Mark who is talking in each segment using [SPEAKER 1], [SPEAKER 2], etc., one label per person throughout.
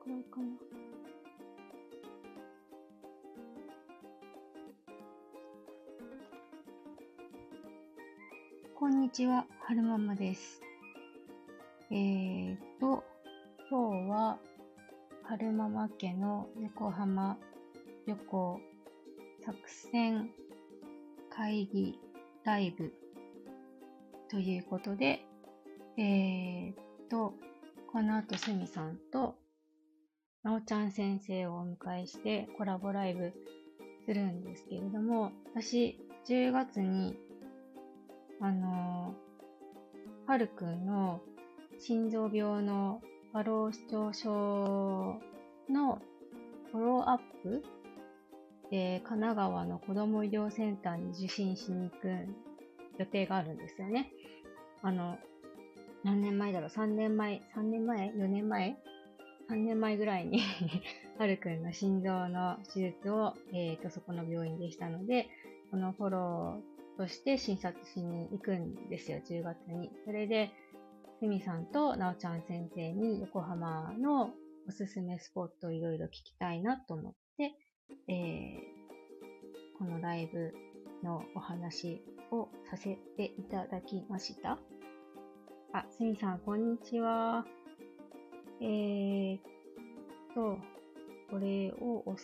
[SPEAKER 1] うん
[SPEAKER 2] こんにちは、はるままです。えーと、今日は、はるまま家の横浜旅行作戦会議ライブということで、えーと、この後すみさんと、なおちゃん先生をお迎えしてコラボライブするんですけれども、私、10月にあのー、はるくんの心臓病の過労死症症のフォローアップで、神奈川の子ども医療センターに受診しに行く予定があるんですよね。あの、何年前だろう ?3 年前 ?3 年前 ?4 年前 ?3 年前ぐらいに、 はるくんの心臓の手術を、えー、と、そこの病院でしたので、このフォロー、として診察しに行くんですよ、10月に。それで、すみさんとなおちゃん先生に横浜のおすすめスポットをいろいろ聞きたいなと思って、えーこのライブのお話をさせていただきました。あ、すみさん、こんにちは。えーっと、これをお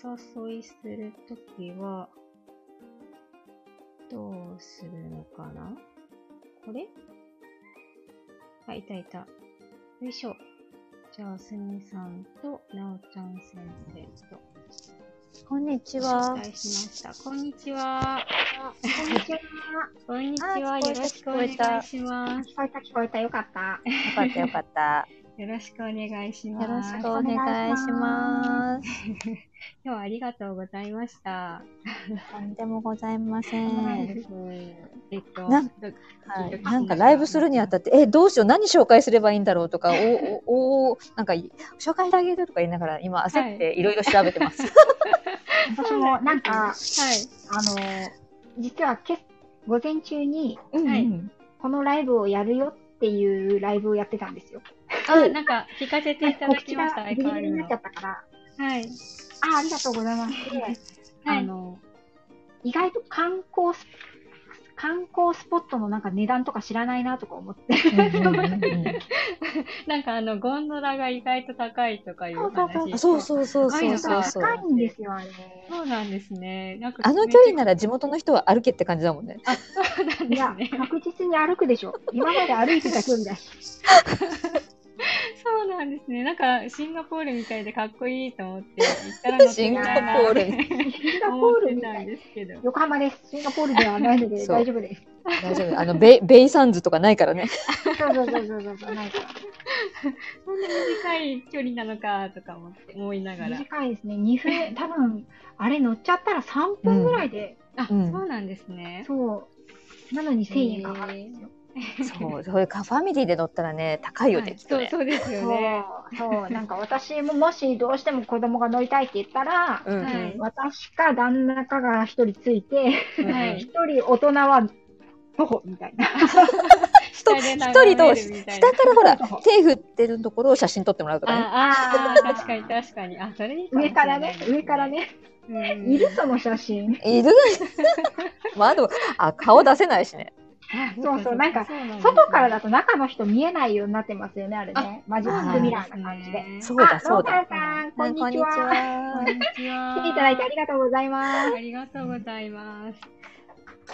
[SPEAKER 2] 誘いするときは、どうするのかなこれあ、いたいた。よいしょ。じゃあ、すみさんと、なおちゃん先生と、
[SPEAKER 1] こんにち
[SPEAKER 2] お
[SPEAKER 1] は。
[SPEAKER 2] 伝えしました。こんにちは。
[SPEAKER 3] こんにちは。
[SPEAKER 2] こんにちは。
[SPEAKER 3] あ
[SPEAKER 2] よ
[SPEAKER 3] 聞こえた
[SPEAKER 2] ろしくお願いします。
[SPEAKER 3] 聞こえた、聞こえた。よかった。
[SPEAKER 1] よかったよかった。
[SPEAKER 2] よろしくお願いし
[SPEAKER 1] よろ
[SPEAKER 2] ま
[SPEAKER 1] し
[SPEAKER 2] す。
[SPEAKER 1] くお願いしま
[SPEAKER 2] 今
[SPEAKER 1] す。
[SPEAKER 2] 日はありがとうございました。
[SPEAKER 1] とんでもございませ
[SPEAKER 3] とんでもない
[SPEAKER 1] ん。
[SPEAKER 3] です
[SPEAKER 2] えっと、
[SPEAKER 1] なん
[SPEAKER 2] ど
[SPEAKER 1] はい、なんかライブするにあたって、え、どうしよう、何紹介すればいいんだろう とか、お、お、お、なんか、紹介してあげるとか言いながら、今焦っていろいろ調べてます。
[SPEAKER 3] 私も、な
[SPEAKER 2] は
[SPEAKER 3] ん
[SPEAKER 2] い。
[SPEAKER 3] か、あの、実はけ、午前中に、
[SPEAKER 1] うん
[SPEAKER 2] はい
[SPEAKER 1] うん
[SPEAKER 3] このライブをやるよっていうライブをやってたんですよ。
[SPEAKER 2] あ、なんか聞かせていただ
[SPEAKER 3] 告
[SPEAKER 2] き
[SPEAKER 3] 知
[SPEAKER 2] まし
[SPEAKER 3] が
[SPEAKER 2] た。
[SPEAKER 3] ギリ
[SPEAKER 2] 相変わ
[SPEAKER 3] ギリ
[SPEAKER 2] ら
[SPEAKER 3] に
[SPEAKER 2] ず
[SPEAKER 3] な
[SPEAKER 2] の
[SPEAKER 3] っちゃったから、
[SPEAKER 2] はい。
[SPEAKER 3] あありがとうございます。で
[SPEAKER 2] はい
[SPEAKER 3] あの、意外と観光ス、観光スポットのなんか値段とか知らないなとか思って。
[SPEAKER 1] うんうんうんうん
[SPEAKER 2] なんかあの、ゴンドラが意外と高いとかいう
[SPEAKER 3] そう
[SPEAKER 2] 話。
[SPEAKER 1] あそうそうそうそうそうそう。
[SPEAKER 3] 高いんですよ、あれ。
[SPEAKER 2] そうなんですね。なんか
[SPEAKER 1] あの距離なら地元の人は歩けって感じだもんね。
[SPEAKER 2] そうなん
[SPEAKER 3] い
[SPEAKER 2] です
[SPEAKER 3] や
[SPEAKER 2] ね、。
[SPEAKER 3] 確実に歩くでしょ。今まで歩いてた距離だし。
[SPEAKER 2] そうなんですね。なんかシンガポールみたいでかっこいいと思って行ったら乗って
[SPEAKER 1] シン
[SPEAKER 2] み
[SPEAKER 1] ガ
[SPEAKER 2] たいな
[SPEAKER 1] ポールみ
[SPEAKER 2] シ
[SPEAKER 3] シンガポールみた
[SPEAKER 2] た
[SPEAKER 3] い
[SPEAKER 2] んで
[SPEAKER 3] な。
[SPEAKER 2] すけど。
[SPEAKER 3] 横浜です。シンガポールではないので
[SPEAKER 1] そう
[SPEAKER 3] 大丈夫です。
[SPEAKER 1] 大丈夫。あの、ベイ、ベイサンズとかないから ね。
[SPEAKER 3] そうそうそうそうそうそう。ないから
[SPEAKER 2] そんな短い距離なのかとか思って思いながら。
[SPEAKER 3] 短いですね。2分、多分、あれ乗っちゃったら3分ぐらいで、
[SPEAKER 2] あ、
[SPEAKER 1] うん
[SPEAKER 2] そうなんですね。
[SPEAKER 3] そう。なのに1000円かかるんですよ。
[SPEAKER 1] そう、そういうかファミリーで乗ったらね、高いよ
[SPEAKER 2] は
[SPEAKER 1] ね、
[SPEAKER 2] い
[SPEAKER 1] きっと
[SPEAKER 2] そう
[SPEAKER 1] ね。
[SPEAKER 2] そうですよね。
[SPEAKER 3] そう、そう。なんか私ももしどうしても子供が乗りたいって言ったら、
[SPEAKER 1] うんうん
[SPEAKER 2] はい
[SPEAKER 3] 私か旦那かが一人ついて、
[SPEAKER 1] うんうん
[SPEAKER 2] はい
[SPEAKER 3] 一人大人は徒歩みたい な。
[SPEAKER 1] 人
[SPEAKER 2] 下で眺
[SPEAKER 1] 一
[SPEAKER 2] め
[SPEAKER 1] 人と
[SPEAKER 2] るみたいな
[SPEAKER 1] 下からほ ら、手振ってるところを写真撮ってもらうとかね。
[SPEAKER 2] ああー、確かに確かに。あ、それいいもし
[SPEAKER 3] 上
[SPEAKER 2] れ
[SPEAKER 3] か
[SPEAKER 2] な
[SPEAKER 3] ら
[SPEAKER 2] いで
[SPEAKER 3] ね
[SPEAKER 2] す、
[SPEAKER 3] 上から。ね。
[SPEAKER 2] うん
[SPEAKER 3] いるその写真。
[SPEAKER 1] いる まあでも、あ、顔出せないし ね。
[SPEAKER 2] あ
[SPEAKER 3] そうそうなんか
[SPEAKER 2] そうですね
[SPEAKER 3] 外からだと中の人見えないようになってますよね、あれね。マジ
[SPEAKER 2] そう
[SPEAKER 3] ッ
[SPEAKER 2] な
[SPEAKER 3] ク
[SPEAKER 2] ん
[SPEAKER 3] ミ
[SPEAKER 2] で
[SPEAKER 3] ラー
[SPEAKER 2] す
[SPEAKER 3] な感じで。
[SPEAKER 2] ね
[SPEAKER 1] そうだ、そう
[SPEAKER 3] あ
[SPEAKER 1] だ。
[SPEAKER 3] ロータンさん、こんにち
[SPEAKER 1] あ
[SPEAKER 3] は。
[SPEAKER 2] こんにちは。
[SPEAKER 3] 来ていただいてありがとうございます。
[SPEAKER 2] ありがとうございます。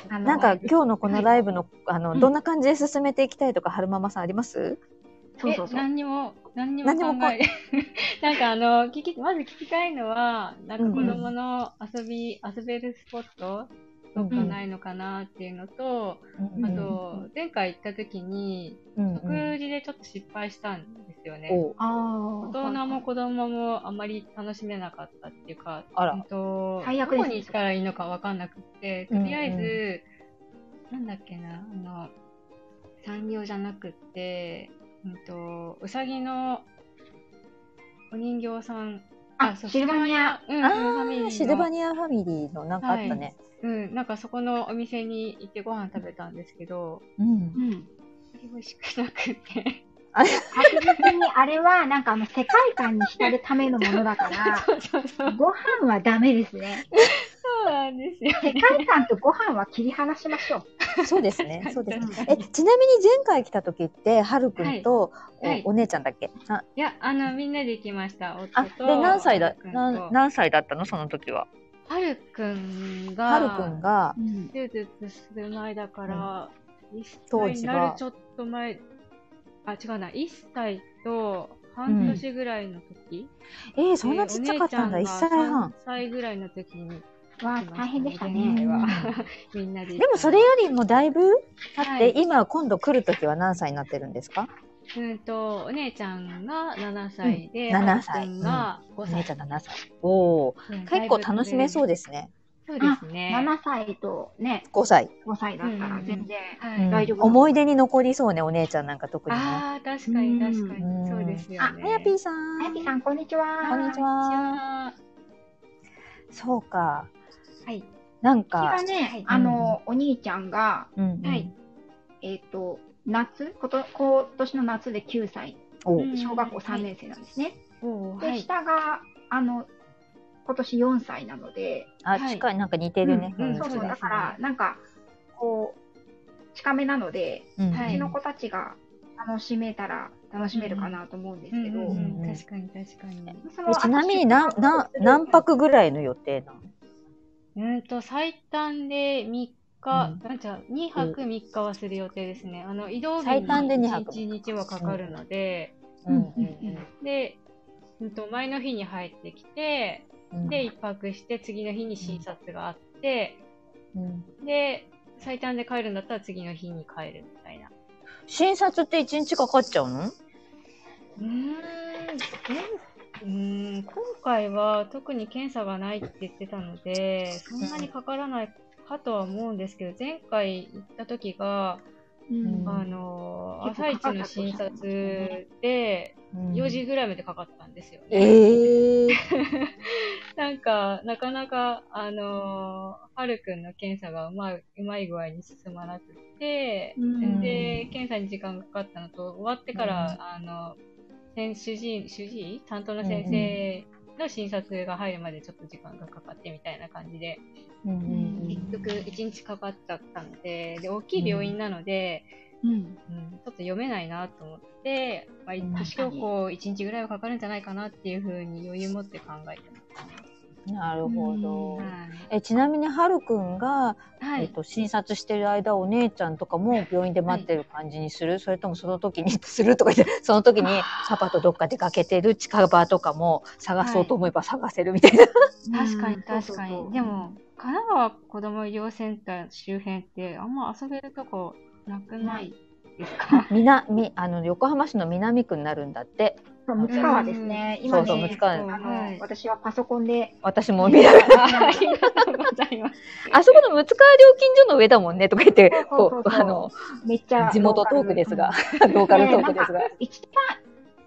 [SPEAKER 3] あの
[SPEAKER 1] なんか今日のこのライブの、あ
[SPEAKER 2] う
[SPEAKER 1] の、
[SPEAKER 2] ん
[SPEAKER 1] どんな感じで進めていきたいとか、はるままさんあります
[SPEAKER 3] そうそうそ
[SPEAKER 2] え
[SPEAKER 3] う。
[SPEAKER 2] 何にも、何にも
[SPEAKER 1] 何にも
[SPEAKER 2] 考え、 なんかあの、聞き、まず聞きたいのは、なんか
[SPEAKER 1] うん
[SPEAKER 2] 子
[SPEAKER 1] うん
[SPEAKER 2] 供の遊び、遊べるスポットどっかないのかなっていうのと、
[SPEAKER 1] うん
[SPEAKER 2] あと、前回行った時に、
[SPEAKER 1] うん
[SPEAKER 2] 食
[SPEAKER 1] うん。
[SPEAKER 2] 事でちょっと失敗したんですよね。
[SPEAKER 1] おう
[SPEAKER 3] あ
[SPEAKER 2] 大
[SPEAKER 3] あ。
[SPEAKER 2] 人も子供もあんまり楽しめなかったっていうか、
[SPEAKER 1] あ
[SPEAKER 2] うん
[SPEAKER 1] ら。
[SPEAKER 2] と、
[SPEAKER 3] 最
[SPEAKER 2] ど
[SPEAKER 3] 悪ですね
[SPEAKER 2] こに行ったらいいのかわかんなくって、とりあえず、なんだっけな、あの、産業じゃなくって、うんと、うさぎのお人形さん、
[SPEAKER 3] あ、
[SPEAKER 2] そう
[SPEAKER 3] シルバニア。。
[SPEAKER 2] うん、
[SPEAKER 1] あ
[SPEAKER 2] うん
[SPEAKER 1] あ、シルバ
[SPEAKER 2] ニ
[SPEAKER 1] ニアファミリーのなんかあったね。
[SPEAKER 2] ア。うん、なんかそこのお店に行ってご飯食べたんですけど、
[SPEAKER 1] うん
[SPEAKER 3] う。ん。
[SPEAKER 2] 美味しくなくって。
[SPEAKER 3] 確実にあれは、なんかあの、世界観に浸るためのものだから、
[SPEAKER 2] そうそうそう。
[SPEAKER 3] ご飯はダメですね。
[SPEAKER 2] そうなんですよ。。
[SPEAKER 3] 世界観とご飯は切り離しましょう。
[SPEAKER 1] そうですね そうですね。
[SPEAKER 3] 確か
[SPEAKER 1] え、ちなみに前回来た時って、はるくんと、
[SPEAKER 2] はいはい
[SPEAKER 1] おお姉ちゃんだっけあ、
[SPEAKER 2] いや、あの、みんなで行きました。
[SPEAKER 1] あ
[SPEAKER 2] 夫
[SPEAKER 1] で、
[SPEAKER 2] と。
[SPEAKER 1] 何歳だ
[SPEAKER 2] は、るくんと
[SPEAKER 1] な何歳だったのその時は。
[SPEAKER 2] はるくんが、
[SPEAKER 1] はるくんが、
[SPEAKER 2] 手術する前だから、1
[SPEAKER 1] 当
[SPEAKER 2] 歳に
[SPEAKER 1] 時
[SPEAKER 2] な
[SPEAKER 1] は
[SPEAKER 2] るちょっと前、あ、違うな、1歳と半年ぐらいの時、
[SPEAKER 1] えー、そんなちっちゃかったんだ。
[SPEAKER 2] で
[SPEAKER 1] 1
[SPEAKER 2] お姉
[SPEAKER 1] 歳
[SPEAKER 2] ちゃが
[SPEAKER 1] 半
[SPEAKER 2] 3。歳ぐらいの時に来
[SPEAKER 3] わ
[SPEAKER 2] ま
[SPEAKER 3] あ、
[SPEAKER 2] したね、
[SPEAKER 3] 大変でした
[SPEAKER 1] うん
[SPEAKER 2] 前
[SPEAKER 3] ね。
[SPEAKER 2] 回は
[SPEAKER 1] う
[SPEAKER 2] みんなで。
[SPEAKER 1] でもそれよりもだいぶ経
[SPEAKER 2] は
[SPEAKER 1] っ
[SPEAKER 2] い
[SPEAKER 1] て、今今度来る時は何歳になってるんですか
[SPEAKER 2] うんと、お姉ちゃんが7歳で、
[SPEAKER 1] うん7歳
[SPEAKER 2] はるくんが
[SPEAKER 1] お
[SPEAKER 2] 5
[SPEAKER 1] 姉
[SPEAKER 2] 歳
[SPEAKER 1] ち。ゃん7歳。おお、
[SPEAKER 2] うん
[SPEAKER 1] 結構楽しめそう
[SPEAKER 2] で
[SPEAKER 1] ですね。
[SPEAKER 2] そうですね。
[SPEAKER 3] 7歳とね、
[SPEAKER 1] 5歳。
[SPEAKER 3] 5歳だったら全然。
[SPEAKER 2] はい
[SPEAKER 1] うん
[SPEAKER 3] 大丈夫
[SPEAKER 1] 思い出に残りそうね、お姉ちゃんなんか特にね。
[SPEAKER 2] ああ、確かに確か
[SPEAKER 1] う
[SPEAKER 2] に。
[SPEAKER 1] ん
[SPEAKER 2] そうですよね。
[SPEAKER 3] あ
[SPEAKER 1] あやぴーさん。
[SPEAKER 3] あやぴさん、こんにちは。
[SPEAKER 1] こんにちは。
[SPEAKER 2] は。
[SPEAKER 1] そうか。
[SPEAKER 2] はい。
[SPEAKER 1] なん
[SPEAKER 3] 私
[SPEAKER 1] か
[SPEAKER 3] が、
[SPEAKER 2] はい
[SPEAKER 3] ね、あの、お兄ちゃんが、
[SPEAKER 1] うんうん
[SPEAKER 2] はい
[SPEAKER 3] えっと、夏こと今年の夏で9歳、
[SPEAKER 1] お
[SPEAKER 2] うん
[SPEAKER 3] 小学校3年生なんですね。
[SPEAKER 2] おーは
[SPEAKER 3] で、
[SPEAKER 2] い。
[SPEAKER 3] 下が、あの、今年4歳なので、
[SPEAKER 1] あ、
[SPEAKER 2] はい
[SPEAKER 1] 近い、なんか似てるね。
[SPEAKER 2] うんうん
[SPEAKER 3] そう
[SPEAKER 2] そう
[SPEAKER 3] そ
[SPEAKER 2] です
[SPEAKER 3] う、
[SPEAKER 2] ね
[SPEAKER 3] だから、なんか、こう、近めなので、
[SPEAKER 1] うん
[SPEAKER 2] は
[SPEAKER 3] う
[SPEAKER 2] い
[SPEAKER 3] ちの子たちが楽しめたら、楽しめるかなと思うんですけど、
[SPEAKER 1] うんうん
[SPEAKER 2] 確かに確かに。
[SPEAKER 3] その
[SPEAKER 1] えちなみに何、何、何泊ぐらいの予定なの
[SPEAKER 2] うんと、最短で3日、な
[SPEAKER 1] うん
[SPEAKER 2] ちゃう、2泊3日はする予定ですね。あの、移動日に
[SPEAKER 1] 最短で二
[SPEAKER 2] 1
[SPEAKER 1] 泊
[SPEAKER 2] 日はかかるので、
[SPEAKER 3] うん
[SPEAKER 2] で、うんと、前の日に入ってきて、
[SPEAKER 1] うん
[SPEAKER 2] で、1泊して、次の日に診察があって、
[SPEAKER 1] うん
[SPEAKER 2] で、最短で帰るんだったら次の日に帰るみたいな。
[SPEAKER 1] 診察って一日かかっちゃうの
[SPEAKER 2] うーんえうーん今回は特に検査がないって言ってたので、そんなにかからないかとは思うんですけど、前回行った時が、
[SPEAKER 3] うん
[SPEAKER 2] あのー
[SPEAKER 3] 結構
[SPEAKER 2] 朝一
[SPEAKER 3] かかった
[SPEAKER 2] の診
[SPEAKER 3] っておっしゃってましたね
[SPEAKER 2] 察で、4時
[SPEAKER 1] うん
[SPEAKER 2] ぐらいまでかかったんですよね。
[SPEAKER 1] ええー。
[SPEAKER 2] なんか、なかなか、あのーはるくんの検査がうまいうまい具合に進まなくて、
[SPEAKER 3] うん
[SPEAKER 2] で、検査に時間がかかったのと、終わってから、あの、先主治医、主治医担当の先生の診察が入るまでちょっと時間がかかってみたいな感じで、
[SPEAKER 1] うんうん
[SPEAKER 2] 結局1日かかっちゃったので、で、大きい病院なので、
[SPEAKER 3] うん
[SPEAKER 2] うんちょっと読めないなと思って、まあ、
[SPEAKER 1] うん
[SPEAKER 2] 多少こう、1日ぐらいはかかるんじゃないかなっていうふうに余裕持って考えてますね。
[SPEAKER 1] うんなるほど。
[SPEAKER 2] はい
[SPEAKER 1] えちなみにはるくん
[SPEAKER 2] は
[SPEAKER 1] が、えっと、診察してる間お姉ちゃんとかも病院で待ってる感じにする、それともその時に するとか言ってその時にパパとどっか出かけてる近場とかも探そうと思えば探せるみたい な、
[SPEAKER 2] 確かに確かに。
[SPEAKER 3] うん
[SPEAKER 2] でも、神奈川子ども医療センター周辺って、あんま遊べるとこなくないですか
[SPEAKER 1] みなみあの横浜市の南区になるんだって
[SPEAKER 3] そう六川ですね、
[SPEAKER 1] ん
[SPEAKER 3] 今ね
[SPEAKER 1] そうそう六川
[SPEAKER 3] あの、
[SPEAKER 2] はい
[SPEAKER 3] 私はパソコンで、
[SPEAKER 1] 私も南区
[SPEAKER 2] ありがとうございます。
[SPEAKER 1] あそこの六川料金所の上だもんねとか言って
[SPEAKER 3] そう
[SPEAKER 1] こう
[SPEAKER 3] そうそうそ
[SPEAKER 1] あ
[SPEAKER 3] う
[SPEAKER 1] の
[SPEAKER 3] めっちゃ
[SPEAKER 1] 地元トークですが、ローカルトークですが、
[SPEAKER 3] 一番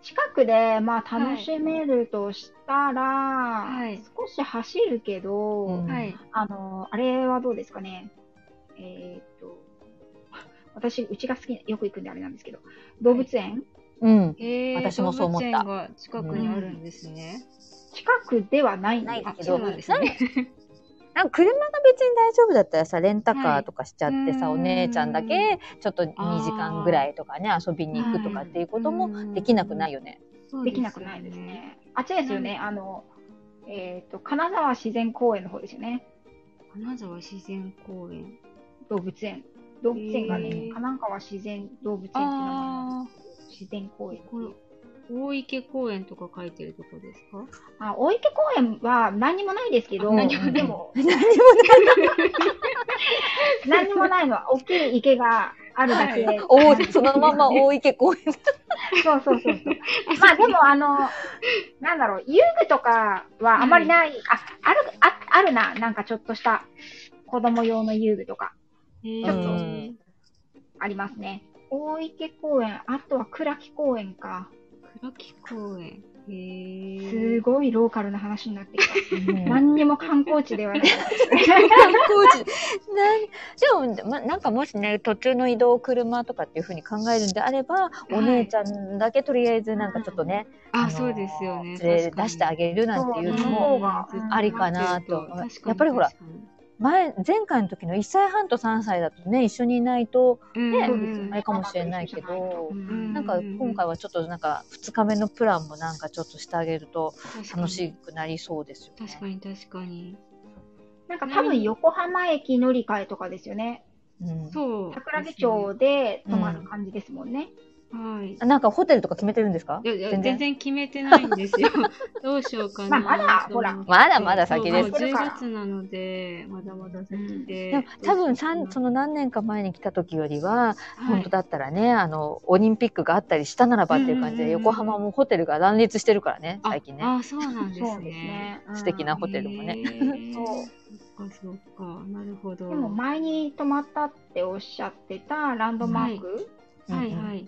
[SPEAKER 3] 近くで、まあ、楽しめるとしたら、
[SPEAKER 2] い
[SPEAKER 3] 少し走るけど、
[SPEAKER 1] うん
[SPEAKER 2] はい。
[SPEAKER 3] あの、あれはどうですかね。えーっと、私、うちが好きな、よく行くんであれなんですけど、動物園、
[SPEAKER 1] うん、
[SPEAKER 2] えー、
[SPEAKER 1] 私もそう思った
[SPEAKER 2] 動物園が近くにあるんですね。
[SPEAKER 3] 近くではないん
[SPEAKER 1] ない
[SPEAKER 3] で
[SPEAKER 1] け
[SPEAKER 3] す
[SPEAKER 1] ど
[SPEAKER 2] あそ
[SPEAKER 3] けど、
[SPEAKER 2] うなんですね。
[SPEAKER 1] なんか車が別に大丈夫だったらさレンタカーとかしちゃってさ、
[SPEAKER 2] はい
[SPEAKER 1] お姉ちゃんだ
[SPEAKER 2] う
[SPEAKER 1] けちょっと2時間ぐらいとかね遊びに行くとかっていうこともできなくないよね。
[SPEAKER 2] そう
[SPEAKER 3] で
[SPEAKER 2] で
[SPEAKER 3] きなくないです。ね。あっちですよね、あの、えーっと、金沢自然公園の方ですよね、
[SPEAKER 2] 金沢自然公園。
[SPEAKER 3] 動物園。動物園がね、
[SPEAKER 2] へ
[SPEAKER 3] 神
[SPEAKER 2] ー
[SPEAKER 3] 奈川自然動物園っていう名前なんです
[SPEAKER 2] あ
[SPEAKER 3] 自然公園
[SPEAKER 2] あ、これ、大池公園とか書いてるとこですか
[SPEAKER 3] あ大池公園は何にもないですけど、
[SPEAKER 2] あ
[SPEAKER 1] 何もない
[SPEAKER 3] でも
[SPEAKER 1] 何も
[SPEAKER 3] 何にもないのは大きい池があるだけで、
[SPEAKER 1] ない大そのまま大池公園
[SPEAKER 3] そうそう そうそう。まあでも、あの、なんだろう、遊具とかはあまりない、あ、ある、ああるな、なんかちょっとした子供用の遊具とか
[SPEAKER 2] えー
[SPEAKER 1] ちょっと
[SPEAKER 3] ありますね。大池公園、あとは倉木公園か。
[SPEAKER 2] 倉木公園。へえ。
[SPEAKER 3] すごいローカルな話になってきた。
[SPEAKER 1] うん
[SPEAKER 3] 何にも観光地では ない。
[SPEAKER 1] 観光地なんでも、ま、なんかもしね途中の移動を車とかっていうふうに考えるんであれば、
[SPEAKER 2] い
[SPEAKER 1] お姉ちゃんだけとりあえずなんかちょっとね、
[SPEAKER 2] あ、
[SPEAKER 1] の
[SPEAKER 2] そうですよね。
[SPEAKER 1] 連れ出してあ
[SPEAKER 2] げ
[SPEAKER 1] げるなんていうのも
[SPEAKER 3] そうが
[SPEAKER 1] ありかなと
[SPEAKER 2] 確かに
[SPEAKER 1] やっぱりほら、
[SPEAKER 2] 確かに
[SPEAKER 1] 前前回の時の1歳半と3歳だとね一緒にいないと
[SPEAKER 2] うん
[SPEAKER 1] ね
[SPEAKER 2] うんうん
[SPEAKER 1] あれかもしれないけど
[SPEAKER 2] う。ん
[SPEAKER 1] なんか今回はちょっとなんか2日目のプランもなんかちょっとしてあげると楽し。くなりそうですよね。
[SPEAKER 2] 確かに確かに。
[SPEAKER 3] なんか多分横浜駅乗り換えとかですよね。
[SPEAKER 1] うん
[SPEAKER 2] そう。
[SPEAKER 3] 桜木町で泊まる感じですもんね。
[SPEAKER 2] はい。
[SPEAKER 1] あなんかホテルとか決めてるんですか
[SPEAKER 2] いやいや
[SPEAKER 1] 全然
[SPEAKER 2] 全然決めてないんです よ。どうしようかな。
[SPEAKER 3] まあまだほら
[SPEAKER 2] と思って
[SPEAKER 1] まだまだ先です
[SPEAKER 2] そうもう10月なので、まだまだ先で。
[SPEAKER 1] でも多分さんその何年か前に来た時よりは、本当だったらねあのオリンピックがあったりしたならばっていう感じで、
[SPEAKER 2] うんうんうん
[SPEAKER 1] 横浜もホテルが乱立してるからね最近ね
[SPEAKER 2] ああ、そうなんです
[SPEAKER 3] そうです
[SPEAKER 2] ね。
[SPEAKER 3] ね。うん
[SPEAKER 1] 素敵なホテルもね
[SPEAKER 2] へー
[SPEAKER 3] そう
[SPEAKER 2] そっかそっか。なるほど。
[SPEAKER 3] でも前に泊まったっておっしゃってたランドマーク、
[SPEAKER 1] うんうん
[SPEAKER 2] はいはい。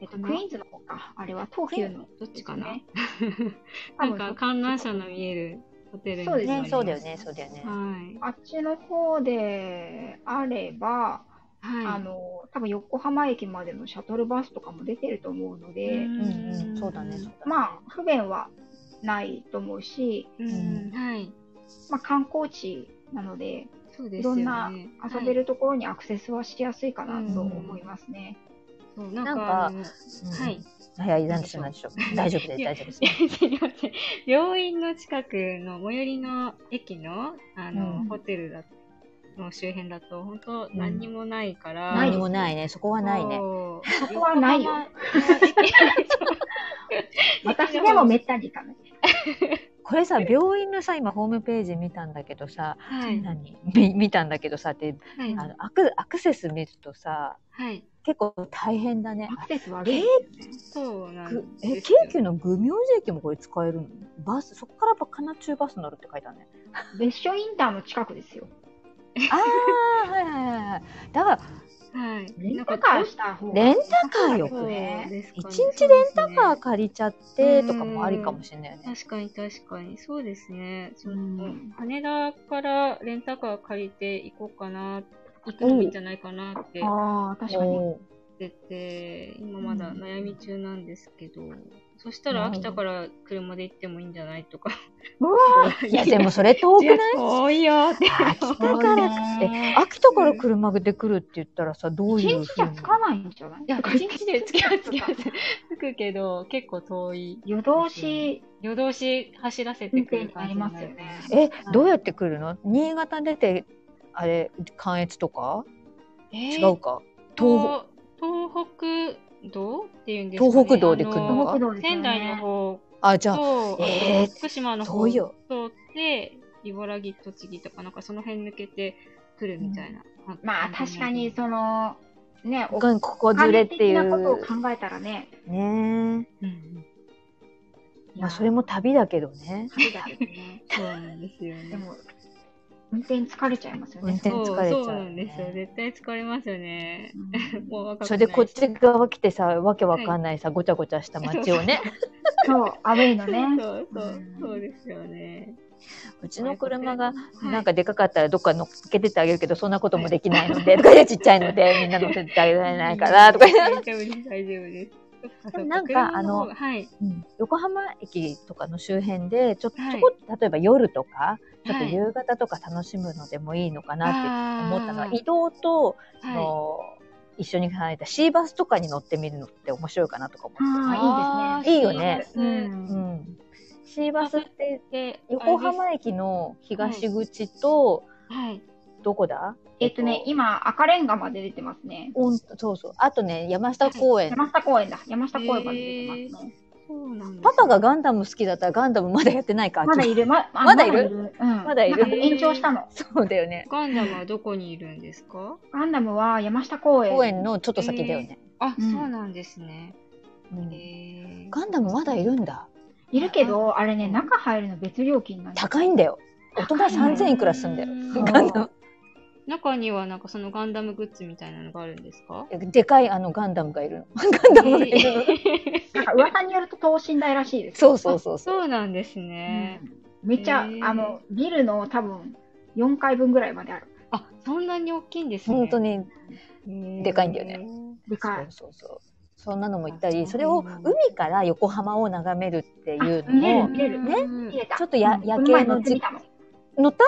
[SPEAKER 3] えっと、クイーンズの方か。あれは東急の。
[SPEAKER 2] どっちかな。
[SPEAKER 3] 多
[SPEAKER 2] なん
[SPEAKER 3] 分
[SPEAKER 2] か観覧車の見えるホテルに
[SPEAKER 3] そうです
[SPEAKER 1] ねそうだよね
[SPEAKER 2] は
[SPEAKER 1] そうだよね、
[SPEAKER 2] い。
[SPEAKER 3] あっちの方であれば、
[SPEAKER 2] はい。
[SPEAKER 3] あの多分横浜駅までのシャトルバスとかも出てると思うの
[SPEAKER 2] う
[SPEAKER 3] で、
[SPEAKER 2] ん、
[SPEAKER 1] うんうんそうだねそうだね
[SPEAKER 3] まあ不便はないと思うし、
[SPEAKER 2] うん、はい。
[SPEAKER 3] まあ、観光地なので
[SPEAKER 2] そうです
[SPEAKER 3] い
[SPEAKER 2] よ
[SPEAKER 3] ろ
[SPEAKER 2] ね。
[SPEAKER 3] んな遊べるところにアクセスはしやすいかなと
[SPEAKER 2] うん
[SPEAKER 3] 思いますね。
[SPEAKER 2] はい。そうなん
[SPEAKER 1] なん
[SPEAKER 2] か
[SPEAKER 1] か
[SPEAKER 2] あの
[SPEAKER 1] うん
[SPEAKER 2] はい。
[SPEAKER 1] はいやいなんでしょうなんでしょ う大丈夫です大丈夫です
[SPEAKER 2] いやすいません病院の近くの最寄りの駅のあの、
[SPEAKER 1] うん
[SPEAKER 2] ホテルだの周辺だと本当何にもないから、
[SPEAKER 1] 何もないねそこはないね
[SPEAKER 2] そう
[SPEAKER 3] そこはないよ
[SPEAKER 2] 横浜の駅
[SPEAKER 3] 私でもめったに行かない。
[SPEAKER 1] これさ病院のさ今ホームページ見たんだけどさ
[SPEAKER 2] はい
[SPEAKER 1] 何 み見たんだけどさって
[SPEAKER 2] はい
[SPEAKER 1] あのアクアクセス見るとさ
[SPEAKER 2] はい
[SPEAKER 1] 結構大変だね
[SPEAKER 3] アクセス悪いです
[SPEAKER 2] そ
[SPEAKER 3] よね。
[SPEAKER 2] うな
[SPEAKER 1] あ
[SPEAKER 2] ん
[SPEAKER 1] く
[SPEAKER 2] ですよ
[SPEAKER 1] え京急の愚明寺駅もこれ使えるのバスそこからやっぱ金中バス乗るって書いてある ね
[SPEAKER 3] 別所インターの近くですよ。
[SPEAKER 1] ああ、はいはいはいはい。だから、
[SPEAKER 2] はい
[SPEAKER 3] レンタカーした方が
[SPEAKER 1] レンタカーよ
[SPEAKER 2] そう
[SPEAKER 1] くね。
[SPEAKER 2] ですかね
[SPEAKER 1] 一日レンタカー借りちゃってとかもありかもしれないよね。
[SPEAKER 2] 確かに確かにそうですねその、
[SPEAKER 1] うん
[SPEAKER 2] 羽田からレンタカー借りて行こうかな行くのもいいんじゃないかなって思
[SPEAKER 3] ああ確かに。
[SPEAKER 1] おー
[SPEAKER 2] ってて今まだ悩み中なんですけど、そしたら
[SPEAKER 1] うん
[SPEAKER 2] 秋田から車で行ってもいいんじゃないとか
[SPEAKER 3] うわ
[SPEAKER 1] いや、でもそれ遠くない
[SPEAKER 2] 遠いよって
[SPEAKER 1] 秋田から、え、秋田から車で来るって言ったらさ、どう
[SPEAKER 3] 一
[SPEAKER 1] いう
[SPEAKER 3] 日
[SPEAKER 1] ふ
[SPEAKER 3] じ
[SPEAKER 1] う
[SPEAKER 3] ゃ
[SPEAKER 1] に
[SPEAKER 3] つかないんじゃない？
[SPEAKER 2] いや
[SPEAKER 3] とか
[SPEAKER 2] 一日で付き合う付き合う着くけど結構遠い
[SPEAKER 3] 夜通し
[SPEAKER 2] 夜通し走らせ
[SPEAKER 3] 運
[SPEAKER 2] てく
[SPEAKER 3] 転
[SPEAKER 2] る
[SPEAKER 3] にな
[SPEAKER 2] 感じ
[SPEAKER 3] り
[SPEAKER 2] にな
[SPEAKER 3] ま
[SPEAKER 2] る
[SPEAKER 3] すよね。
[SPEAKER 1] え、どうやって来るの新潟出て、あれ、関越とか
[SPEAKER 2] え
[SPEAKER 1] 違
[SPEAKER 2] ー
[SPEAKER 1] うか東
[SPEAKER 2] 東東北道っていうんですか、ね、
[SPEAKER 1] 東北道で来る
[SPEAKER 2] あ
[SPEAKER 1] の
[SPEAKER 3] 東
[SPEAKER 1] か
[SPEAKER 3] 北道ですよね。
[SPEAKER 2] 仙台の方
[SPEAKER 1] あ、じゃあ、
[SPEAKER 2] と、
[SPEAKER 1] えー
[SPEAKER 2] あと福島の
[SPEAKER 1] 遠
[SPEAKER 2] 方
[SPEAKER 1] い
[SPEAKER 2] 通
[SPEAKER 1] よ。
[SPEAKER 2] って、茨城、栃木とか、なんかその辺抜けてくるみたいな。
[SPEAKER 3] まあ確かにそのねお
[SPEAKER 1] ここずれってい
[SPEAKER 3] 金的なことを
[SPEAKER 1] う。
[SPEAKER 3] 考えたらね、
[SPEAKER 1] ね
[SPEAKER 2] うんうん。
[SPEAKER 1] え。まあ、それも旅だけどね。
[SPEAKER 3] そうだよね。
[SPEAKER 2] そうなんですよね。
[SPEAKER 3] でも運転疲れちゃいますよ
[SPEAKER 1] 運
[SPEAKER 3] ね。
[SPEAKER 1] 転疲れちゃう、ね。
[SPEAKER 2] そうそうなんですよ。絶対疲れますよね。
[SPEAKER 3] うん
[SPEAKER 2] もう若くないし
[SPEAKER 1] それでこっち側来てさ、わけわかんないさ、ごちゃごちゃした街をね。
[SPEAKER 3] そうアウェイの
[SPEAKER 2] そう
[SPEAKER 3] ね。
[SPEAKER 2] そうそううんそうですよね。
[SPEAKER 1] うちの車が
[SPEAKER 2] い
[SPEAKER 1] なんかでかかったらどっか乗っけてってあげるけど、そんなこともできないので、とかでちっちゃいので、みんな乗せてってあげられないから、とか言って
[SPEAKER 2] 大丈夫です、大丈夫です。そっかそっ
[SPEAKER 1] でもなんか
[SPEAKER 2] 車
[SPEAKER 1] あの
[SPEAKER 2] 方がはい。
[SPEAKER 1] うん横浜駅とかの周辺で、ちょち
[SPEAKER 2] はい
[SPEAKER 1] ょこっと、例えば夜とか、ちょっと
[SPEAKER 2] はい
[SPEAKER 1] 夕方とか楽しむのでもいいのかなって
[SPEAKER 2] あー
[SPEAKER 1] 思ったのは、移動と、そ
[SPEAKER 2] はい
[SPEAKER 1] の、一緒に離れたシーバスとかに乗ってみるのって面白いかなとか思って。
[SPEAKER 3] あ
[SPEAKER 1] ーいいで
[SPEAKER 2] あーい
[SPEAKER 1] すね
[SPEAKER 2] いよね。
[SPEAKER 1] うん。シーバスって、
[SPEAKER 2] で
[SPEAKER 1] 横浜駅の東口と、
[SPEAKER 2] はい。
[SPEAKER 1] どこだ
[SPEAKER 3] えっとね、今赤レンガまで出てますね。
[SPEAKER 1] おんそうそう。あとね、山下公園。
[SPEAKER 3] 山下公園だ。山下公園まで出てますね。
[SPEAKER 2] そうなんです
[SPEAKER 1] パパがガンダム好きだったらガンダムまだやってないか。
[SPEAKER 3] まだいる。まあ
[SPEAKER 1] まだいる
[SPEAKER 3] うん
[SPEAKER 1] まだいる
[SPEAKER 3] なんか延長したの。
[SPEAKER 1] そうだよね。
[SPEAKER 2] ガンダムはどこにいるんですか
[SPEAKER 3] ガンダムは山下公園。
[SPEAKER 1] 公園のちょっと先だよね。
[SPEAKER 2] あ、
[SPEAKER 3] うん
[SPEAKER 2] そうなんですね。
[SPEAKER 1] うん
[SPEAKER 2] へー
[SPEAKER 1] ガンダムまだいるんだ。
[SPEAKER 3] いるけど、あれね、中入るの別料金なんですよ
[SPEAKER 1] 高いんだよ。大人
[SPEAKER 3] 高いね
[SPEAKER 1] 3000いくらすんだよ。
[SPEAKER 2] う
[SPEAKER 1] ガンダム。
[SPEAKER 2] 中にはなんかそのガンダムグッズみたいなのがあるんですか
[SPEAKER 1] でかいあのガンダムがいるの。ガンダムがいるの。
[SPEAKER 3] なんか噂によると等身大らしいです。
[SPEAKER 1] そうそうそうそう。
[SPEAKER 2] そうなんです
[SPEAKER 3] う
[SPEAKER 2] ね。
[SPEAKER 3] ん、めっちゃ、
[SPEAKER 2] へー
[SPEAKER 3] あの、ビルの多分4階分ぐらいまである。
[SPEAKER 2] あ、そんなに大きいんですね。
[SPEAKER 1] 本当に
[SPEAKER 2] に
[SPEAKER 1] でかいんだよね。
[SPEAKER 3] でかい。
[SPEAKER 1] そうそうそう。そんなのもいた
[SPEAKER 2] あ
[SPEAKER 1] り、
[SPEAKER 2] そ
[SPEAKER 1] そうれ
[SPEAKER 2] な
[SPEAKER 1] を
[SPEAKER 2] んだ
[SPEAKER 1] 海から横浜を眺めるっていう
[SPEAKER 3] 見え
[SPEAKER 1] のも
[SPEAKER 3] る見、える
[SPEAKER 2] ね
[SPEAKER 3] 見れた。
[SPEAKER 1] ちょっとや
[SPEAKER 3] うん
[SPEAKER 1] 夜
[SPEAKER 3] この前
[SPEAKER 1] 景の
[SPEAKER 3] 乗って
[SPEAKER 1] じ
[SPEAKER 3] みたの。
[SPEAKER 1] 乗った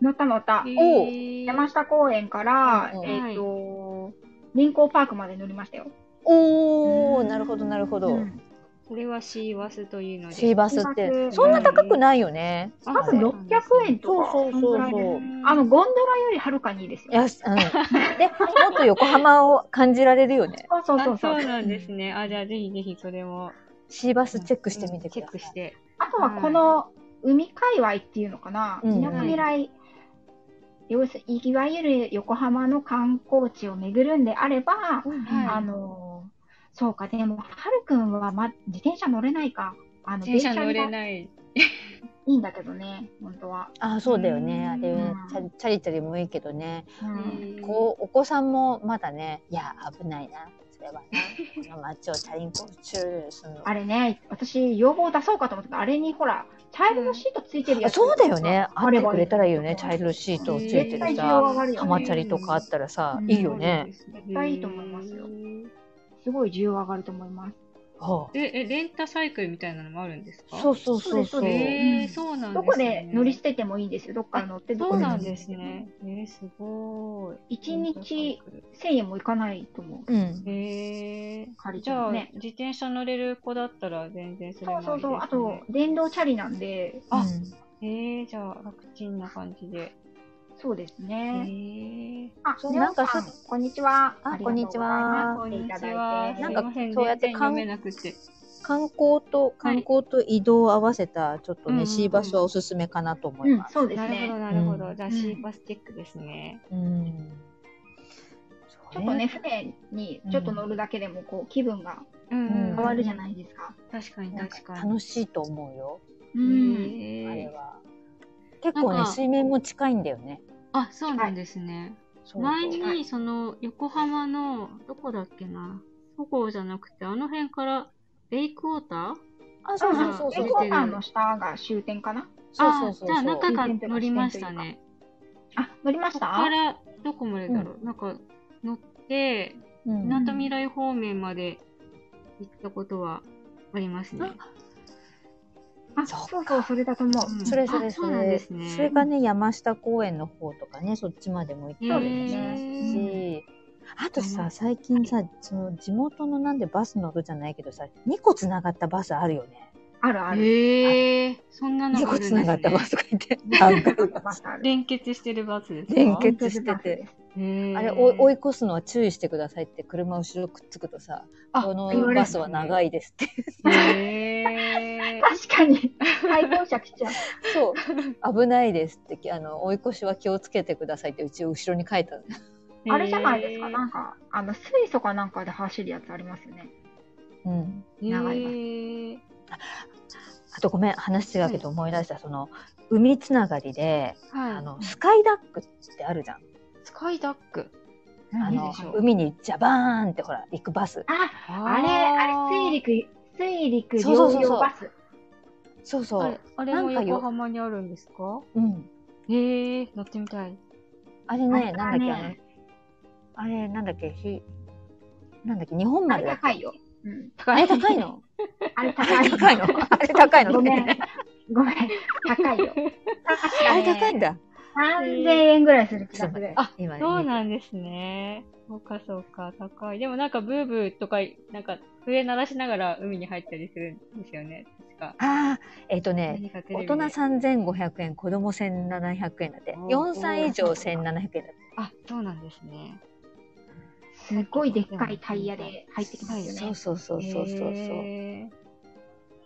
[SPEAKER 3] 乗った乗った。
[SPEAKER 1] お
[SPEAKER 3] 山下公園から、
[SPEAKER 1] うんうん
[SPEAKER 3] えっ、と、臨港パークまで乗りましたよ。
[SPEAKER 1] お
[SPEAKER 2] う
[SPEAKER 1] ー、
[SPEAKER 2] ん
[SPEAKER 1] なるほどなるほど。
[SPEAKER 3] ん
[SPEAKER 2] これはシーバスというので。
[SPEAKER 1] シーバスっ
[SPEAKER 3] シーバ
[SPEAKER 1] て、
[SPEAKER 3] ス
[SPEAKER 1] そんな高くないよね。
[SPEAKER 2] あ
[SPEAKER 3] 多分600円とか。
[SPEAKER 1] そうそうそうそうん
[SPEAKER 3] ぐらいです
[SPEAKER 2] うん
[SPEAKER 3] あの、ゴンドラよりはるかにいいです
[SPEAKER 1] い
[SPEAKER 3] よ。
[SPEAKER 1] や、すうん。で、もっと横浜を感じられるよね。
[SPEAKER 3] そうそうそ
[SPEAKER 2] あそう
[SPEAKER 3] うそう。
[SPEAKER 2] なんですね。あ、じゃあぜひぜひそれも。
[SPEAKER 1] シーバスチェックしてみてくだ
[SPEAKER 2] チェック
[SPEAKER 1] さ
[SPEAKER 2] し
[SPEAKER 1] い。
[SPEAKER 2] て。
[SPEAKER 3] あとはこの海界隈っていうのかな、
[SPEAKER 1] うん
[SPEAKER 3] みなみらい、要するいわゆる横浜の観光地を巡るんであれば、
[SPEAKER 2] はい
[SPEAKER 3] あのーそうか、でも、はるくんは、ま、自転車乗れないか。あの
[SPEAKER 2] 電車乗
[SPEAKER 3] に
[SPEAKER 2] れ
[SPEAKER 3] い
[SPEAKER 2] ない。
[SPEAKER 3] いんだけどね、本当は。
[SPEAKER 1] あ、そうだよね。あれ
[SPEAKER 3] うん、
[SPEAKER 1] チャリチャリチャリもいいけどね。
[SPEAKER 3] うん
[SPEAKER 1] こうお子さんもまだねいや危ないなそれはなこの街をチャリンコチューするの
[SPEAKER 3] あれね、私、要望を出そうかと思ったけど、あれにほら、チャイルドシートついてるや
[SPEAKER 1] あ
[SPEAKER 3] つ、
[SPEAKER 1] そうだよねあ
[SPEAKER 3] あ
[SPEAKER 1] って
[SPEAKER 3] れば
[SPEAKER 1] くれたらいいよねチャイルドシートついてるさ
[SPEAKER 3] うん
[SPEAKER 1] マチャリとかあったらさ
[SPEAKER 3] うん
[SPEAKER 1] いいよね。
[SPEAKER 2] 絶
[SPEAKER 3] 絶対いいと思いますよ。すごい需要上がると思います。
[SPEAKER 1] は
[SPEAKER 2] え、え、レンタサイクルみたいなのもあるんです
[SPEAKER 1] あ
[SPEAKER 2] か
[SPEAKER 1] そううそうそうそう
[SPEAKER 3] そうですそ
[SPEAKER 2] えー、そうな
[SPEAKER 3] うです
[SPEAKER 2] んですね。
[SPEAKER 3] どこで乗り捨ててもいいんですよ。どっから乗って、ど
[SPEAKER 2] そ
[SPEAKER 3] こ
[SPEAKER 2] う
[SPEAKER 3] で
[SPEAKER 2] な
[SPEAKER 3] 乗
[SPEAKER 2] ん
[SPEAKER 3] り捨
[SPEAKER 2] で
[SPEAKER 3] て
[SPEAKER 2] す
[SPEAKER 3] ても
[SPEAKER 2] ね。えー、すごい。
[SPEAKER 3] 一日1000円もいかないと思う。
[SPEAKER 1] うん
[SPEAKER 2] えー、
[SPEAKER 3] 借り
[SPEAKER 2] じ
[SPEAKER 3] て
[SPEAKER 2] ゃあ、
[SPEAKER 3] もね
[SPEAKER 2] 自転車乗れる子だったら全然それ
[SPEAKER 3] そ
[SPEAKER 2] もいうい
[SPEAKER 3] そうそう。あ
[SPEAKER 2] です
[SPEAKER 3] と
[SPEAKER 2] ね、
[SPEAKER 3] 電動チャリなんで、
[SPEAKER 2] あ
[SPEAKER 1] うん
[SPEAKER 2] えー、じゃあ、楽ちんな感じで。
[SPEAKER 3] そうです
[SPEAKER 2] え
[SPEAKER 3] ね。
[SPEAKER 2] ー、
[SPEAKER 3] あ、
[SPEAKER 1] そう
[SPEAKER 3] ネオさ
[SPEAKER 1] なんか
[SPEAKER 3] ん、こんにちは。
[SPEAKER 1] あ
[SPEAKER 3] ありがとうございます
[SPEAKER 2] こん
[SPEAKER 3] 来てい
[SPEAKER 2] に
[SPEAKER 3] た
[SPEAKER 2] ち
[SPEAKER 3] だい
[SPEAKER 2] は。
[SPEAKER 3] て。
[SPEAKER 2] な
[SPEAKER 1] な
[SPEAKER 2] んん
[SPEAKER 1] か
[SPEAKER 2] か、
[SPEAKER 1] そ
[SPEAKER 2] そうう
[SPEAKER 1] や
[SPEAKER 2] や
[SPEAKER 1] っ
[SPEAKER 2] ってて
[SPEAKER 1] 観
[SPEAKER 2] 読めなくて。
[SPEAKER 1] 観光と観光と移動を合わせたちょっ
[SPEAKER 2] う
[SPEAKER 1] と
[SPEAKER 2] んうんう
[SPEAKER 1] ね
[SPEAKER 2] ん
[SPEAKER 1] シーバスはおすすめかなと思
[SPEAKER 3] う
[SPEAKER 1] い
[SPEAKER 3] ん
[SPEAKER 1] ま、す
[SPEAKER 3] そうです
[SPEAKER 2] なるほど、
[SPEAKER 3] ね。
[SPEAKER 2] なるほど。
[SPEAKER 1] うん
[SPEAKER 2] じゃあ、
[SPEAKER 3] うん
[SPEAKER 2] シーバスチェックですね。
[SPEAKER 1] うん
[SPEAKER 3] ちょっとね、船にちょっと乗るだけでも、こう、気分が
[SPEAKER 2] うん
[SPEAKER 1] うん
[SPEAKER 3] 変わるじゃないですか。
[SPEAKER 2] 確かに、
[SPEAKER 1] なんか
[SPEAKER 2] 確かに。
[SPEAKER 1] 楽しいと思うよ
[SPEAKER 3] う
[SPEAKER 2] え
[SPEAKER 3] ん。
[SPEAKER 1] あれ
[SPEAKER 2] ー、
[SPEAKER 1] は結構
[SPEAKER 2] な
[SPEAKER 1] ね
[SPEAKER 2] んか
[SPEAKER 1] 水面も近いんだよね
[SPEAKER 2] あ、そうなんですね。
[SPEAKER 1] そう
[SPEAKER 2] 前
[SPEAKER 1] そう
[SPEAKER 2] に、その、横浜の、どこだっけな、そこじゃなくて、あの辺から、ベイクウォーター
[SPEAKER 1] あそ
[SPEAKER 3] そうう
[SPEAKER 1] そ
[SPEAKER 3] そうう
[SPEAKER 1] そそ
[SPEAKER 3] そううそうう。
[SPEAKER 2] ん
[SPEAKER 3] エコーカーの下が終点かな
[SPEAKER 1] そうそうそうそう。
[SPEAKER 2] あじゃあ、中から乗りましたね。
[SPEAKER 3] あ、乗りまし
[SPEAKER 2] ここか
[SPEAKER 3] た
[SPEAKER 2] ら、どこまでだろう、なんか、乗って、
[SPEAKER 1] うん
[SPEAKER 2] なんと未来方面まで行ったことはありますね。
[SPEAKER 3] あ、
[SPEAKER 1] そうか
[SPEAKER 3] そうそう、それだと思う。
[SPEAKER 2] うん
[SPEAKER 1] それそれ
[SPEAKER 2] あ
[SPEAKER 1] そ
[SPEAKER 2] そうなん
[SPEAKER 1] れ。
[SPEAKER 2] で
[SPEAKER 1] そ
[SPEAKER 2] すね
[SPEAKER 1] れがね、山下公園の方とかね、そっちまでも行ったり
[SPEAKER 3] そう
[SPEAKER 1] も
[SPEAKER 3] です
[SPEAKER 1] し
[SPEAKER 3] ね
[SPEAKER 1] ます
[SPEAKER 2] ね。
[SPEAKER 1] し。あと
[SPEAKER 2] う
[SPEAKER 1] さ、
[SPEAKER 2] ん
[SPEAKER 1] 最近さ、その地元のなんでバス乗るじゃないけどさ、2個つながったバスあるよね。
[SPEAKER 3] あるある。
[SPEAKER 2] へえー、そんなの
[SPEAKER 1] 2
[SPEAKER 2] がある
[SPEAKER 1] 個
[SPEAKER 2] んで
[SPEAKER 1] つ
[SPEAKER 2] すね
[SPEAKER 1] ながったバスがいて。なんか
[SPEAKER 3] バスある。
[SPEAKER 2] 連結してるバスですか
[SPEAKER 1] 連結してて。
[SPEAKER 2] へー
[SPEAKER 1] あれ、追い追い越すのは注意してくださいって、車後ろくっつくとさ、
[SPEAKER 2] あ
[SPEAKER 1] この
[SPEAKER 3] 言われるんだね
[SPEAKER 1] バスは長いですって。
[SPEAKER 2] へー
[SPEAKER 3] 確 かに、対向車来ちゃう。
[SPEAKER 1] そう。危ないですって、あの、追い越しは気をつけてくださいって、うち後ろに書いたの。
[SPEAKER 3] あれじゃないですか、なんか、あの、水素かなんかで走るやつありますよね。
[SPEAKER 1] うん。
[SPEAKER 3] 長いバス
[SPEAKER 2] い
[SPEAKER 1] あとごめん、話違うけど思い出した、その、海つながりで、
[SPEAKER 2] はい。
[SPEAKER 1] あの、スカイダックってあるじゃん。
[SPEAKER 2] スカイダック。
[SPEAKER 1] あ
[SPEAKER 2] 何
[SPEAKER 1] の
[SPEAKER 2] でしょう、
[SPEAKER 1] 海にジャバーンってほら、行くバス。
[SPEAKER 3] あ、
[SPEAKER 2] あ
[SPEAKER 3] あれ、あれ、水陸、水陸
[SPEAKER 1] そうそうそうそ
[SPEAKER 3] 両
[SPEAKER 1] う
[SPEAKER 3] 用バス。
[SPEAKER 1] そう
[SPEAKER 2] あ
[SPEAKER 1] そ
[SPEAKER 2] れ
[SPEAKER 1] う。
[SPEAKER 2] あれも
[SPEAKER 1] なんかよ
[SPEAKER 2] 横浜にあるんですか
[SPEAKER 1] うん。
[SPEAKER 2] へえ、乗ってみたい。
[SPEAKER 1] あれね、な
[SPEAKER 3] あ
[SPEAKER 1] んだっけ、
[SPEAKER 3] れね
[SPEAKER 1] あの、あれ、なんだっけ、ひ、なんだっけ、日本
[SPEAKER 3] あ
[SPEAKER 1] 丸
[SPEAKER 3] れ
[SPEAKER 1] だっけ
[SPEAKER 3] 高いよ。うん。
[SPEAKER 1] あ
[SPEAKER 2] 高
[SPEAKER 1] れ高いの
[SPEAKER 3] あ れ
[SPEAKER 1] あ
[SPEAKER 3] 高
[SPEAKER 1] れ
[SPEAKER 3] い。
[SPEAKER 1] 高いのあれ高いの
[SPEAKER 3] ごめん。ごめん。高いよ。
[SPEAKER 1] あれ高いんだ。
[SPEAKER 3] 3000円ぐらいする気
[SPEAKER 1] ちょ
[SPEAKER 3] が
[SPEAKER 1] っ
[SPEAKER 3] す
[SPEAKER 1] と待って
[SPEAKER 3] る。
[SPEAKER 1] あ、今ね
[SPEAKER 2] そうなんですね。そうかそうか、高い。でもなんかブーブーとか、なんか笛鳴らしながら海に入ったりするんですよね。確か。
[SPEAKER 1] ああ、えっとね、
[SPEAKER 2] 何かテレ
[SPEAKER 1] 大
[SPEAKER 2] ビで
[SPEAKER 1] 人3500円、子供1700円だって。
[SPEAKER 2] おー
[SPEAKER 1] 4歳以上1700円だって。
[SPEAKER 2] あ、そうなんですね。
[SPEAKER 3] すっごいでっかいタイヤで入ってきますよ
[SPEAKER 1] そ
[SPEAKER 3] ね
[SPEAKER 1] う。そうそうそうそうそう。
[SPEAKER 2] へー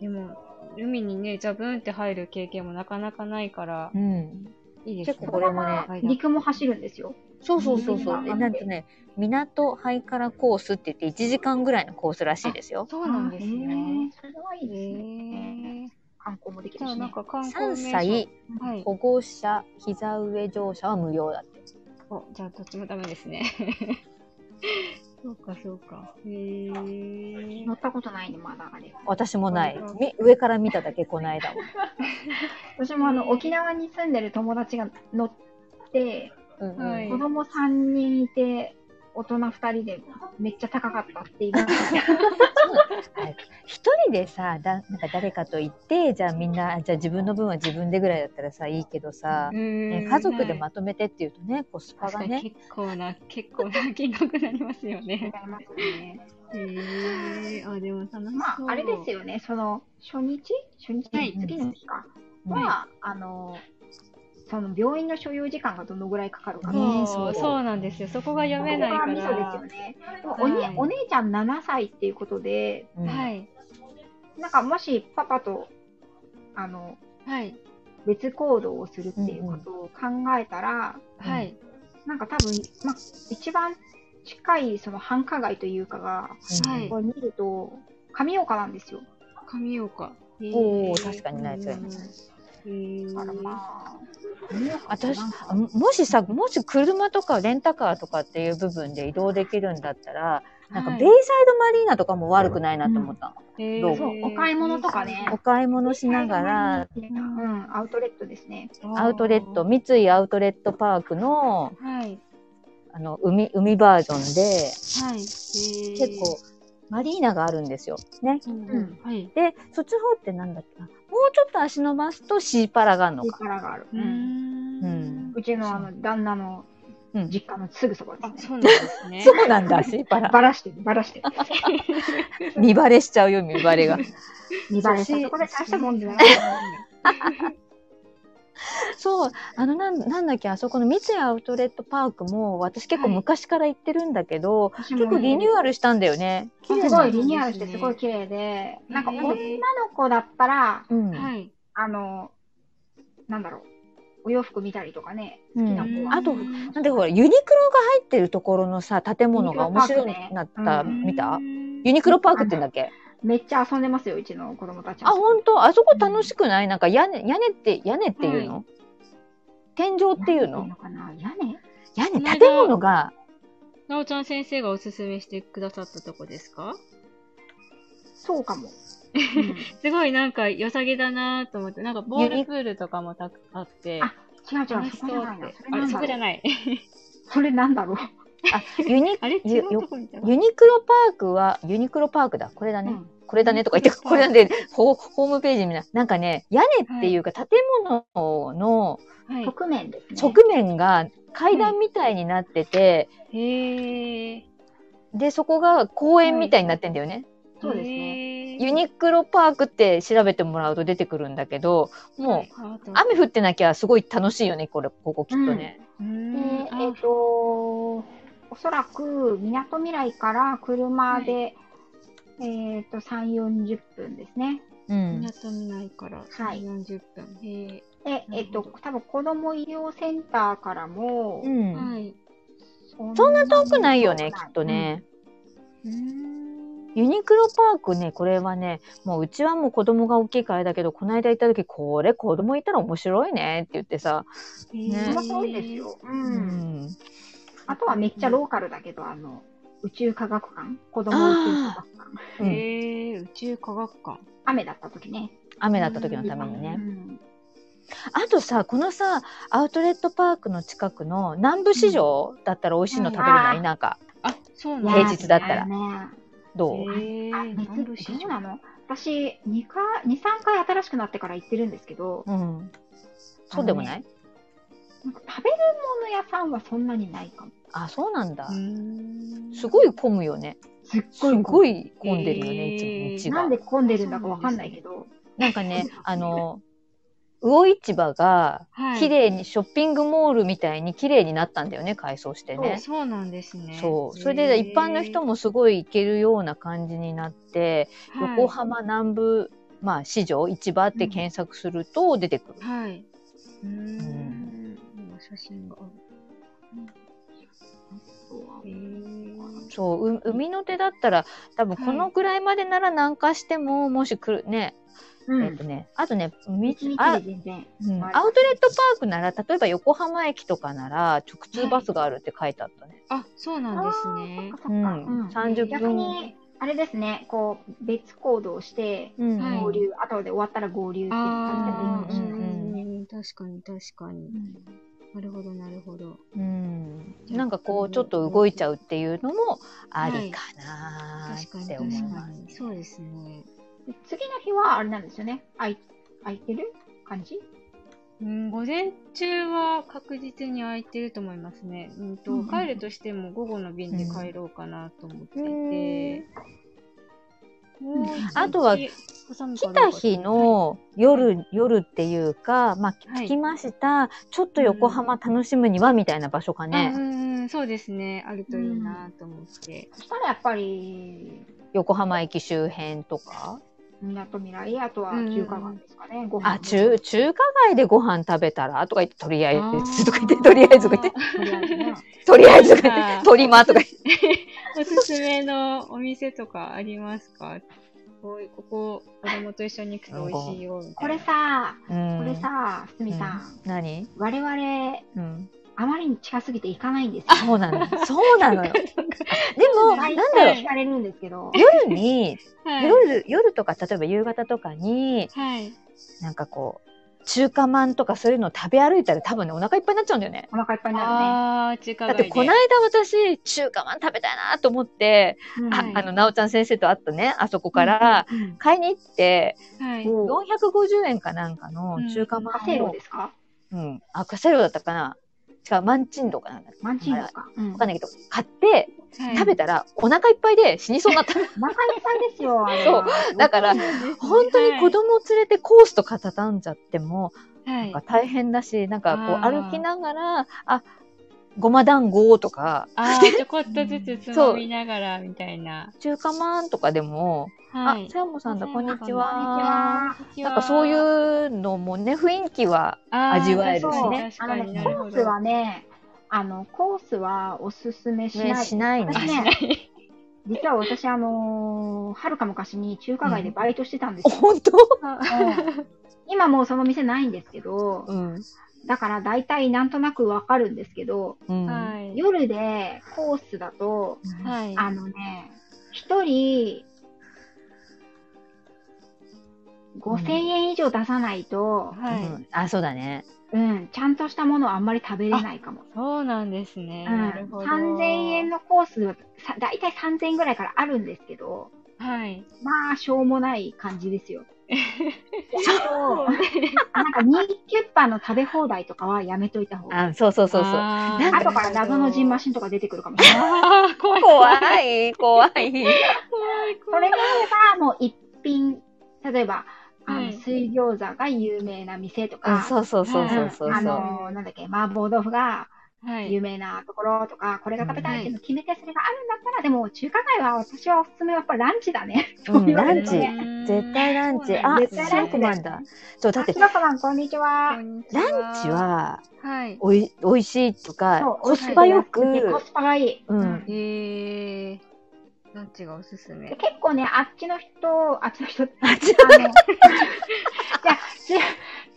[SPEAKER 2] でも、海にね、ジャブンって入る経験もなかなかないから
[SPEAKER 1] う、ん。
[SPEAKER 2] いいですね。
[SPEAKER 1] 結構これもね
[SPEAKER 3] 陸も走るんですよ。
[SPEAKER 1] そうそうそうそうう。
[SPEAKER 3] ん
[SPEAKER 1] でなんとね、港ハイカラコースって言って1時間ぐらいのコースらしいですよ。
[SPEAKER 2] そうなんですね。
[SPEAKER 3] あへーそれはい
[SPEAKER 2] へ
[SPEAKER 3] いですね。
[SPEAKER 2] ー
[SPEAKER 3] 観光もで
[SPEAKER 2] じ
[SPEAKER 3] きる
[SPEAKER 2] ゃあ
[SPEAKER 3] し
[SPEAKER 2] なん
[SPEAKER 3] ね。
[SPEAKER 2] か観光
[SPEAKER 1] 3
[SPEAKER 2] 名所
[SPEAKER 1] 歳
[SPEAKER 2] はい。
[SPEAKER 1] 保護者膝上乗車は無料だって。
[SPEAKER 2] お、じゃあどっちもダメですね。 そうか、そうか。へえー
[SPEAKER 3] 乗。ったことないね、まだあれ。
[SPEAKER 1] 私もない。み上から見ただけ、この間は。
[SPEAKER 3] 私もあの、沖縄に住んでる友達が乗って、
[SPEAKER 1] うんうん
[SPEAKER 2] はい
[SPEAKER 3] 子供3人いて、大人2人でめっちゃ高かったって言いました。
[SPEAKER 1] はい一人でさだなんか誰かと行ってじゃあみんなじゃあ自分の分は自分でぐらいだったらさいいけどさ、ね
[SPEAKER 2] ね
[SPEAKER 1] 家族でまとめてっていうとねコスパ
[SPEAKER 2] 確
[SPEAKER 1] が
[SPEAKER 2] かに
[SPEAKER 1] ね
[SPEAKER 2] 結構な、結構な金額になりますよね
[SPEAKER 3] み。たいなますね。
[SPEAKER 2] へえー。あ、でも楽しそう。
[SPEAKER 3] まあ、あれです。よね、その、初日初日、
[SPEAKER 2] はい
[SPEAKER 3] 次の日か。
[SPEAKER 1] うん
[SPEAKER 3] は、あの、その病院の所要時間がどのぐらいかかるか
[SPEAKER 1] ねえ
[SPEAKER 2] そう、
[SPEAKER 1] そう
[SPEAKER 2] そうなんですよ。そこが読めないか
[SPEAKER 3] ここがミソですよ
[SPEAKER 2] ら。
[SPEAKER 3] ね。でもおに
[SPEAKER 2] はい
[SPEAKER 3] お姉ちゃん7歳っていうことで、
[SPEAKER 1] うん
[SPEAKER 2] はい。
[SPEAKER 3] なんかもしパパとあの
[SPEAKER 2] はい。
[SPEAKER 3] 別行動をするっていうことを考えたら、
[SPEAKER 2] はい。
[SPEAKER 3] なんか多分、まあ、一番近いその繁華街というかが、
[SPEAKER 2] はい
[SPEAKER 3] こう見ると、神岡なんですよ。
[SPEAKER 2] 神岡。。
[SPEAKER 1] おー確かにない違います
[SPEAKER 2] へえ
[SPEAKER 3] だから
[SPEAKER 2] ー。
[SPEAKER 3] まあ、神岡って
[SPEAKER 1] 私
[SPEAKER 3] なん
[SPEAKER 1] あ
[SPEAKER 3] か
[SPEAKER 1] もしさもし車とかレンタカーとかっていう部分で移動できるんだったらなんかベイサイ
[SPEAKER 2] はい
[SPEAKER 1] ドマリーナとかも悪くないなと思ったの、
[SPEAKER 2] へ
[SPEAKER 1] ど
[SPEAKER 2] ー
[SPEAKER 1] う
[SPEAKER 3] そうお買い物とかね
[SPEAKER 1] お買い物しながら
[SPEAKER 3] うん、アウトレットですね。
[SPEAKER 1] アウトレット。三井アウトレットパークの
[SPEAKER 2] はい。
[SPEAKER 1] あの海海バージョンで
[SPEAKER 2] はい。結
[SPEAKER 1] 結構、マリーナがあるんですよ。ね、
[SPEAKER 2] うん。はい。
[SPEAKER 1] で、そっちの方ってなんだっけなもうちょっと足伸ばすとシーパラがあるの
[SPEAKER 3] いい
[SPEAKER 1] か。
[SPEAKER 3] からがある。
[SPEAKER 2] う
[SPEAKER 3] うん
[SPEAKER 2] ん
[SPEAKER 1] うん
[SPEAKER 3] うちのあの旦那の
[SPEAKER 1] うん
[SPEAKER 3] 実家のすぐそばで
[SPEAKER 2] あ、
[SPEAKER 3] す
[SPEAKER 2] そうな
[SPEAKER 3] ね。
[SPEAKER 2] んですね。
[SPEAKER 1] そうなんだ、シーパ ラ。
[SPEAKER 3] バラしてる、バラしてる。
[SPEAKER 1] 見バレしちゃうよ、見バレが。
[SPEAKER 3] 見
[SPEAKER 1] バ
[SPEAKER 3] バ
[SPEAKER 1] レ
[SPEAKER 3] レ
[SPEAKER 1] した
[SPEAKER 3] た
[SPEAKER 1] と
[SPEAKER 3] と
[SPEAKER 1] こ
[SPEAKER 3] こ
[SPEAKER 1] で大
[SPEAKER 3] で大
[SPEAKER 1] し
[SPEAKER 3] したた
[SPEAKER 1] も
[SPEAKER 3] も
[SPEAKER 1] ん
[SPEAKER 3] ん
[SPEAKER 1] じ
[SPEAKER 3] じ
[SPEAKER 1] ゃ
[SPEAKER 3] ゃ
[SPEAKER 1] な
[SPEAKER 3] ないい。
[SPEAKER 1] そう、あの、なんなんだっけ、あそこの三井アウトレットパークも、私結構
[SPEAKER 2] はい
[SPEAKER 1] 昔から行ってるんだけど、
[SPEAKER 3] 結
[SPEAKER 1] 結構リニューアルしたんだよね。綺麗
[SPEAKER 3] す
[SPEAKER 1] な
[SPEAKER 3] ご
[SPEAKER 1] の
[SPEAKER 3] いリニューアルしてすごい綺麗で、なんか
[SPEAKER 2] へー
[SPEAKER 3] 女の子だったら、
[SPEAKER 1] うん。
[SPEAKER 2] はい。
[SPEAKER 3] あの、なんだろう、お洋服見たりとかね、
[SPEAKER 1] う
[SPEAKER 3] 好きな子
[SPEAKER 1] ん
[SPEAKER 3] が
[SPEAKER 1] あと、なんでほら、ユニクロが入ってるところのさ、建物が面白くなった、
[SPEAKER 3] うん
[SPEAKER 1] 見たユ
[SPEAKER 2] ユ
[SPEAKER 1] ニクロパークって言うんだっけ
[SPEAKER 3] めっちゃ遊んでますよ、うちの子供たち
[SPEAKER 1] あ、本当あそこ楽しくないなんか屋根、屋根って、屋根っていうの、天井っていう
[SPEAKER 3] なん
[SPEAKER 1] の
[SPEAKER 3] てかな屋根
[SPEAKER 1] 屋根、
[SPEAKER 2] この間
[SPEAKER 1] 建物が、
[SPEAKER 2] なおちゃん先生がおすすめしてくださったとこですか
[SPEAKER 3] そうかも。
[SPEAKER 2] すごいなんか良さげだなと思って、なんかボールプールとかもたくあって、
[SPEAKER 3] あ違う違
[SPEAKER 2] 楽
[SPEAKER 3] う、
[SPEAKER 2] し
[SPEAKER 3] そこ
[SPEAKER 2] そ
[SPEAKER 3] じゃ
[SPEAKER 2] う
[SPEAKER 3] ないな
[SPEAKER 2] って。あれ、そこじゃ
[SPEAKER 3] それなんだろう
[SPEAKER 2] ない。
[SPEAKER 3] それなんだろう。
[SPEAKER 1] ユニ、
[SPEAKER 2] あれ違
[SPEAKER 1] ゆ
[SPEAKER 2] うとこにいたわ
[SPEAKER 1] ユニクロパークは、ユニクロパークだ。これだね。
[SPEAKER 3] うん
[SPEAKER 1] これだねとか言って、これなんで、ホホームページ見ない。なんかね、屋根っていうか、建物の
[SPEAKER 2] はい
[SPEAKER 3] 側面ですね。
[SPEAKER 1] 側面が階段みたいになってて、
[SPEAKER 2] へえ。
[SPEAKER 1] で、そこが公園みたいになってんだよね。
[SPEAKER 3] そうです
[SPEAKER 2] ね
[SPEAKER 3] ね。
[SPEAKER 1] ユニクロパークって調べてもらうと出てくるんだけど、もう、雨降ってなきゃすごい楽しいよね、これ、ここきっとね。
[SPEAKER 2] う
[SPEAKER 3] で、
[SPEAKER 2] んあ
[SPEAKER 3] えっと、おそらく、みなとみらいから車で、えっと、3、40分ですね。
[SPEAKER 1] うん。
[SPEAKER 2] 港見ないから
[SPEAKER 3] はい
[SPEAKER 2] 40分。へえ。
[SPEAKER 3] で、
[SPEAKER 2] なる
[SPEAKER 3] えっ
[SPEAKER 2] ほど
[SPEAKER 3] と、多分子ども医療センターからも、
[SPEAKER 1] うん。
[SPEAKER 2] はい。
[SPEAKER 1] そんな遠くないよね、
[SPEAKER 3] そ
[SPEAKER 1] き
[SPEAKER 3] んな
[SPEAKER 1] っとね。
[SPEAKER 2] うん
[SPEAKER 1] ユニクロパークね、これはね、もううちはもう子供が大きいからあれだけど、この間行った時、これ子供いたら面白いねって言ってさ。ね
[SPEAKER 3] そんな遠いですよ。う。
[SPEAKER 1] うん
[SPEAKER 3] あとはめっちゃローカルだけど、あの、宇宙科学館子供宇宙科学館
[SPEAKER 1] うん
[SPEAKER 2] へえ、宇宙科学館。
[SPEAKER 3] 雨だった時ね。
[SPEAKER 1] 雨だった時のためにね
[SPEAKER 3] う。ん
[SPEAKER 1] あとさ、このさ、アウトレットパークの近くの南部市場だったら美味しいの食べれな
[SPEAKER 3] う
[SPEAKER 1] い
[SPEAKER 3] ん
[SPEAKER 1] なんか、
[SPEAKER 2] あ、そうなん
[SPEAKER 1] 平日だったら
[SPEAKER 3] あのね
[SPEAKER 1] どう
[SPEAKER 2] へえ。
[SPEAKER 3] あ、
[SPEAKER 2] 南部
[SPEAKER 3] 熱
[SPEAKER 2] 市
[SPEAKER 3] どう
[SPEAKER 2] 場
[SPEAKER 3] な。の私、2回、二3回新しくなってから行ってるんですけど、
[SPEAKER 1] うん。そうでもない
[SPEAKER 3] なんか食べるもの屋さんはそんなにないかも。
[SPEAKER 1] あ、そうなんだ
[SPEAKER 2] う。ん
[SPEAKER 1] すごい混むよね。
[SPEAKER 3] すっ
[SPEAKER 1] す
[SPEAKER 3] ごい
[SPEAKER 1] ごい混んでるよね、いつも道が。
[SPEAKER 3] なんで混んでるんだかわかんないけど、
[SPEAKER 1] なん かね、あの、魚市場が、
[SPEAKER 2] はい
[SPEAKER 1] 綺麗に、ショッピングモールみたいに綺麗になったんだよね、改装して
[SPEAKER 2] そう
[SPEAKER 1] ね。
[SPEAKER 2] そうなんですね。
[SPEAKER 1] そう。それで一般の人
[SPEAKER 2] も
[SPEAKER 1] もすごい行けるような感じになって、横浜南部、まあ、市場、市場って検索すると出てくる。
[SPEAKER 2] はい。うーん。今写真がある。えー
[SPEAKER 1] そう、う海の手だったら、多分このぐらいまでなら南下しても、もし来る、ね、
[SPEAKER 3] う
[SPEAKER 1] えっ
[SPEAKER 3] ん
[SPEAKER 1] と。ね、あとね、み
[SPEAKER 3] 一日
[SPEAKER 1] あ
[SPEAKER 3] で全然。
[SPEAKER 1] うん、ア
[SPEAKER 3] は
[SPEAKER 1] ウ
[SPEAKER 3] い
[SPEAKER 1] トレットパークなら、例えば横浜駅とかなら、直通バスがあるって書いてあったね。
[SPEAKER 2] あ、そうなんですね
[SPEAKER 3] そっか。そっか。
[SPEAKER 1] うん、30
[SPEAKER 3] 逆
[SPEAKER 1] 分。
[SPEAKER 3] に、あれですね、こう、別行動して、
[SPEAKER 1] うん
[SPEAKER 2] はい
[SPEAKER 3] 合流、後で終わったら合流って
[SPEAKER 2] あ
[SPEAKER 3] いう感
[SPEAKER 2] あ、
[SPEAKER 3] じ
[SPEAKER 1] う
[SPEAKER 3] で
[SPEAKER 1] ん
[SPEAKER 3] もいいかも
[SPEAKER 2] うん
[SPEAKER 3] しれない。
[SPEAKER 2] 確かに確かに。なるほど、なるほど。
[SPEAKER 1] うん、なんかこうちょっと動いちゃうっていうのもありかな
[SPEAKER 2] 確か
[SPEAKER 1] ーっ
[SPEAKER 2] に
[SPEAKER 1] て
[SPEAKER 2] 確
[SPEAKER 1] 思い
[SPEAKER 2] か
[SPEAKER 1] ます。
[SPEAKER 2] に。そうですね。
[SPEAKER 3] で次の日は、あれなんですよね。あい、空いてる感じ
[SPEAKER 2] うん、午前中は確実に空いてると思いますね。うんと、
[SPEAKER 3] うん
[SPEAKER 2] 帰るとしても午後の便で帰ろうかなと思っていて。
[SPEAKER 3] ん
[SPEAKER 2] もう一日
[SPEAKER 1] あとは
[SPEAKER 2] 来
[SPEAKER 1] 来た日、の夜、夜っていうか、まあ、
[SPEAKER 2] はい
[SPEAKER 1] 聞きました、ちょっと横浜楽しむにはみたいな場所か
[SPEAKER 2] ね、
[SPEAKER 1] ね、
[SPEAKER 2] うんうん、そうですね。あるといいなと思って。
[SPEAKER 3] そしたらやっぱり、
[SPEAKER 1] 横浜駅周辺とか、
[SPEAKER 3] みなとみらい、あとは中華街ですかね、ご飯。
[SPEAKER 1] あ、中、中華街でご飯食べたらとか言って、とりあえ
[SPEAKER 2] あ
[SPEAKER 1] ず
[SPEAKER 2] ー
[SPEAKER 1] とか言って、とりあえずとか言って、
[SPEAKER 3] とりあえ
[SPEAKER 1] とりあえ
[SPEAKER 3] ずね。
[SPEAKER 1] ずとか言っ
[SPEAKER 2] なん
[SPEAKER 1] て、
[SPEAKER 2] か
[SPEAKER 1] とりまとか言って。
[SPEAKER 2] おすすめのお店とかありますかこうここ、子供と一緒に行くと美味しいよ、みたいな。
[SPEAKER 3] これ、さ、
[SPEAKER 1] うん
[SPEAKER 3] これさ、すみさん、
[SPEAKER 1] 何
[SPEAKER 3] 我々、
[SPEAKER 1] うん。
[SPEAKER 3] あまりに近すぎて行かないんですよ。
[SPEAKER 1] そうなの。そうな のよ。でも、なん
[SPEAKER 3] 毎
[SPEAKER 1] だろう
[SPEAKER 3] 回聞。かれるんですけど。
[SPEAKER 1] 夜に、
[SPEAKER 2] はい。
[SPEAKER 1] 夜、夜とか、例えば夕方とかに、
[SPEAKER 2] はい。
[SPEAKER 1] なんかこう、中華まんとかそういうのを食べ歩いたら多分ね、お腹いっぱいになっちゃうんだよね。
[SPEAKER 3] お腹いっぱいにな
[SPEAKER 2] あー、近
[SPEAKER 1] だ
[SPEAKER 2] 街
[SPEAKER 1] って
[SPEAKER 2] で。
[SPEAKER 1] こないだ私、中華まん食べたいなと思って、
[SPEAKER 3] るね。
[SPEAKER 1] あ
[SPEAKER 2] はい
[SPEAKER 1] あの、なおちゃん先生と会ったね、あそこから、
[SPEAKER 3] うん、うん
[SPEAKER 1] 買いに行って、
[SPEAKER 2] はい。
[SPEAKER 3] お
[SPEAKER 1] 450円かなんかの中華ま
[SPEAKER 3] カセー
[SPEAKER 1] ん
[SPEAKER 3] ロ
[SPEAKER 1] を、
[SPEAKER 3] ですか
[SPEAKER 1] うん、あ、カセーロだったかな違う、マンチンドかなんか。
[SPEAKER 3] マンチンドか。うん
[SPEAKER 1] わかんないけど、買って、
[SPEAKER 2] はい
[SPEAKER 1] 食べたら、お腹いっぱいで死にそうになった。
[SPEAKER 3] 中根さんですよ、あれ
[SPEAKER 1] そ
[SPEAKER 3] は
[SPEAKER 1] う。だから、本当に子、供連れてコースとか畳んじゃっても、
[SPEAKER 2] は
[SPEAKER 1] なん
[SPEAKER 2] い
[SPEAKER 1] か。大変だし、なんかこう
[SPEAKER 2] あー
[SPEAKER 1] 歩きながら、あ、ごま団子とか、
[SPEAKER 2] あ ー、ちょこっとずつつまみながら、みたいな。
[SPEAKER 1] 中華まんとかでも、
[SPEAKER 2] はい
[SPEAKER 1] あ、。さやもさんだ、こんにち
[SPEAKER 2] こんに
[SPEAKER 1] は。
[SPEAKER 3] あ
[SPEAKER 1] なんかそういうのもね、雰囲気は、
[SPEAKER 2] あー
[SPEAKER 1] 味わえるしね
[SPEAKER 2] 確かに
[SPEAKER 3] あ
[SPEAKER 2] 確か
[SPEAKER 3] の
[SPEAKER 2] に
[SPEAKER 3] ね、
[SPEAKER 2] な
[SPEAKER 3] コ
[SPEAKER 2] るほ
[SPEAKER 3] ース
[SPEAKER 2] ど。
[SPEAKER 3] はね、あの、コースはおすすめし
[SPEAKER 1] ね、
[SPEAKER 3] ない。
[SPEAKER 1] しない
[SPEAKER 3] 私
[SPEAKER 1] ね。
[SPEAKER 3] ね、実は私、あのー、はるか昔に中華街でバイトしてたんですよ。
[SPEAKER 1] 本当
[SPEAKER 3] うん今もうその店ないんですけど、
[SPEAKER 1] うん。
[SPEAKER 3] だから大体なんとなくわかるんですけど、
[SPEAKER 1] うん。
[SPEAKER 2] はい。
[SPEAKER 3] 夜でコースだと、
[SPEAKER 2] はい。
[SPEAKER 3] あのね、一人、5000円以上出さないと、
[SPEAKER 1] うん
[SPEAKER 2] はい。
[SPEAKER 1] あ、そうだね。
[SPEAKER 3] うん、ちゃんとしたものはあんまり食べれないかも。
[SPEAKER 2] そうなんですね。
[SPEAKER 3] うん
[SPEAKER 2] なるほど。
[SPEAKER 3] 3000円のコースはさ大体3000円ぐらいからあるんですけど、
[SPEAKER 2] はい。
[SPEAKER 3] まあ、しょうもない感じです よ。そうなんか、人気キュッパーの食べ放題とかはやめといた方がいい。
[SPEAKER 1] あ、そうそうそうそう。
[SPEAKER 2] あ
[SPEAKER 1] な
[SPEAKER 2] ー
[SPEAKER 1] ん
[SPEAKER 3] 後から謎のジンマシンとか出てくるかも しれない。
[SPEAKER 2] あー、怖い。
[SPEAKER 1] 怖い、怖い。
[SPEAKER 2] 怖い、
[SPEAKER 3] そ
[SPEAKER 2] 怖
[SPEAKER 3] れ
[SPEAKER 2] い。
[SPEAKER 3] があれば、もう一品、例えば、あの
[SPEAKER 2] はい
[SPEAKER 3] 水餃子が有名な店と
[SPEAKER 1] うん
[SPEAKER 3] か、
[SPEAKER 1] そうそうそうそうそううん
[SPEAKER 3] あ
[SPEAKER 1] そう。
[SPEAKER 3] のーなんだっけ、麻婆豆腐が
[SPEAKER 2] はい
[SPEAKER 3] 有。名なところとか、これが食べたいってい
[SPEAKER 2] は
[SPEAKER 3] うの決めてそれがあるんだったら、でも中華街は私はおすすめはやっぱランチだね。
[SPEAKER 1] うん
[SPEAKER 3] 言わ
[SPEAKER 1] ラ
[SPEAKER 3] れ
[SPEAKER 1] ン
[SPEAKER 3] る
[SPEAKER 1] チ
[SPEAKER 3] と。ね
[SPEAKER 1] 絶対ランチ。あ、
[SPEAKER 3] 絶対
[SPEAKER 1] シ
[SPEAKER 3] ラ
[SPEAKER 1] ャ
[SPEAKER 3] ン
[SPEAKER 1] ー
[SPEAKER 3] チ
[SPEAKER 1] ク
[SPEAKER 3] だ
[SPEAKER 1] マ
[SPEAKER 3] よ
[SPEAKER 1] ンだ。そう、だって
[SPEAKER 3] ひ、ろこさん、こんにちは。
[SPEAKER 1] ランチ、は
[SPEAKER 2] はい。
[SPEAKER 1] おいおいしいとか、
[SPEAKER 3] そう
[SPEAKER 1] コスパよ
[SPEAKER 3] 美味しい
[SPEAKER 1] く
[SPEAKER 3] コ、スパがいい。
[SPEAKER 1] うん
[SPEAKER 2] えー、ランチがおすす
[SPEAKER 3] で
[SPEAKER 2] め。
[SPEAKER 3] 結構ね、あっちの人、あっちの人、あの、 じゃ中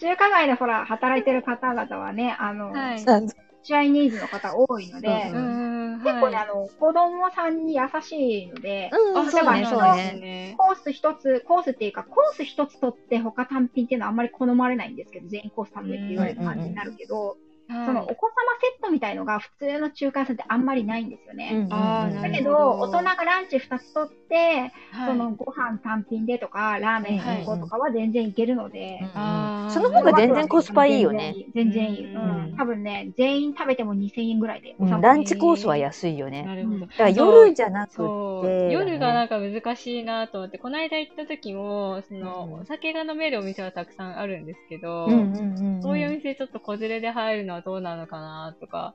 [SPEAKER 3] 中華街でほら、働いてる方々はね、あの、
[SPEAKER 2] はい。
[SPEAKER 1] なんだ
[SPEAKER 3] チャイニーズの方多いので、
[SPEAKER 1] うん
[SPEAKER 2] ん、
[SPEAKER 3] 結構ね、あの、子供さんに優しいので、
[SPEAKER 1] うん、
[SPEAKER 3] あ
[SPEAKER 1] そうね、
[SPEAKER 3] だ
[SPEAKER 1] そう
[SPEAKER 3] から
[SPEAKER 1] ね。
[SPEAKER 2] ね。
[SPEAKER 3] コース一つ、コースっていうか、コース一つ取って他単品っていうのはあんまり好まれないんですけど、全員コース食べって言われる感じになるけど、そのお子様セットみたいのが普通の中華屋さんってあんまりないんですよ
[SPEAKER 1] うんうんう
[SPEAKER 3] ね。
[SPEAKER 1] ん
[SPEAKER 2] あーな
[SPEAKER 3] だ
[SPEAKER 2] る
[SPEAKER 3] け
[SPEAKER 2] ほど
[SPEAKER 3] ど、大人がランチ二つ取って、
[SPEAKER 2] はい
[SPEAKER 3] そのご飯単品でとか、ラーメン1個とかは全然いけるので、
[SPEAKER 1] うんう
[SPEAKER 2] あー
[SPEAKER 1] んその方が全然コスパいいよね。
[SPEAKER 3] 全然いい。全然いい
[SPEAKER 1] うん
[SPEAKER 3] うん多分ね、全員食べても2000円ぐらいで。
[SPEAKER 1] う
[SPEAKER 3] 収ま
[SPEAKER 1] ん
[SPEAKER 3] る
[SPEAKER 1] ランチコースは安いよね。
[SPEAKER 2] なるほど。
[SPEAKER 1] だから夜じゃなくて、
[SPEAKER 2] そう。夜がなんか難しいなと思って、この間行った時も、その、
[SPEAKER 1] うん
[SPEAKER 2] お酒が飲めるお店はたくさんあるんですけど、
[SPEAKER 1] うんうんうん
[SPEAKER 2] そういうお店ちょっと子連れで入るのはどうなのかなとか、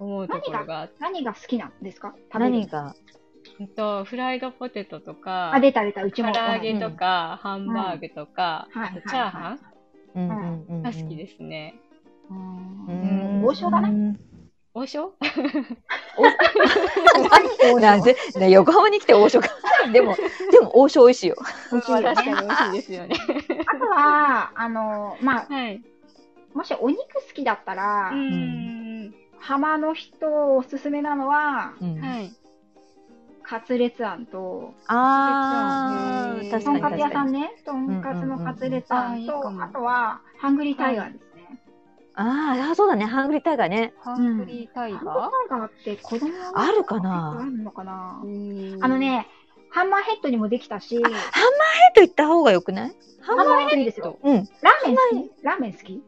[SPEAKER 2] 思うところがあって、
[SPEAKER 3] 何が好きなんですか食べる
[SPEAKER 1] 何が、
[SPEAKER 2] えっと、フライドポテトとか、
[SPEAKER 3] あ、出た出た、うち
[SPEAKER 2] 唐
[SPEAKER 3] も。
[SPEAKER 2] 揚げとか、ハンバーグとか、
[SPEAKER 3] うん
[SPEAKER 2] あとチャーハ
[SPEAKER 1] うんうんうんうん
[SPEAKER 2] ンが好きですね。
[SPEAKER 3] う。
[SPEAKER 1] うんん
[SPEAKER 3] 王将だな。
[SPEAKER 2] 王将
[SPEAKER 1] なんで、ね、横浜に来て王将か。でも、でも王将美味しいよ。
[SPEAKER 2] 確 かに美味しいですよね。
[SPEAKER 3] あとは、あの、まあ、
[SPEAKER 2] はい。
[SPEAKER 3] もしお肉好きだったら
[SPEAKER 2] う、ん。
[SPEAKER 3] 浜の人おすすめなのは、
[SPEAKER 1] うん
[SPEAKER 2] はい。
[SPEAKER 3] カツレツ庵と、
[SPEAKER 1] あー、確
[SPEAKER 3] と
[SPEAKER 1] か
[SPEAKER 3] ん
[SPEAKER 1] に
[SPEAKER 3] かつ
[SPEAKER 1] 確
[SPEAKER 3] 屋
[SPEAKER 1] か
[SPEAKER 3] さ
[SPEAKER 1] に。
[SPEAKER 3] んね、とんかつのカツレツ
[SPEAKER 2] うんうんうんあ
[SPEAKER 3] 庵
[SPEAKER 2] ーいいか
[SPEAKER 3] と、
[SPEAKER 2] も
[SPEAKER 3] あとは、ハングリータイガーですね。
[SPEAKER 1] あーあ、そうだね。ハングリータイガーね。
[SPEAKER 2] ハングリータイ
[SPEAKER 3] ハングリー
[SPEAKER 2] ガ
[SPEAKER 3] タイガーって子供用
[SPEAKER 1] あるかな
[SPEAKER 3] あるのかな
[SPEAKER 2] ーうーん
[SPEAKER 3] あの。ね、ハンマーヘッドにもできたし、
[SPEAKER 1] ハンマーヘッド行った方がよくないハン
[SPEAKER 3] ハ
[SPEAKER 1] マ
[SPEAKER 3] ン
[SPEAKER 1] ー
[SPEAKER 3] マーヘッドいいですよ。
[SPEAKER 1] うん。
[SPEAKER 3] ラーメン好きラーメン好き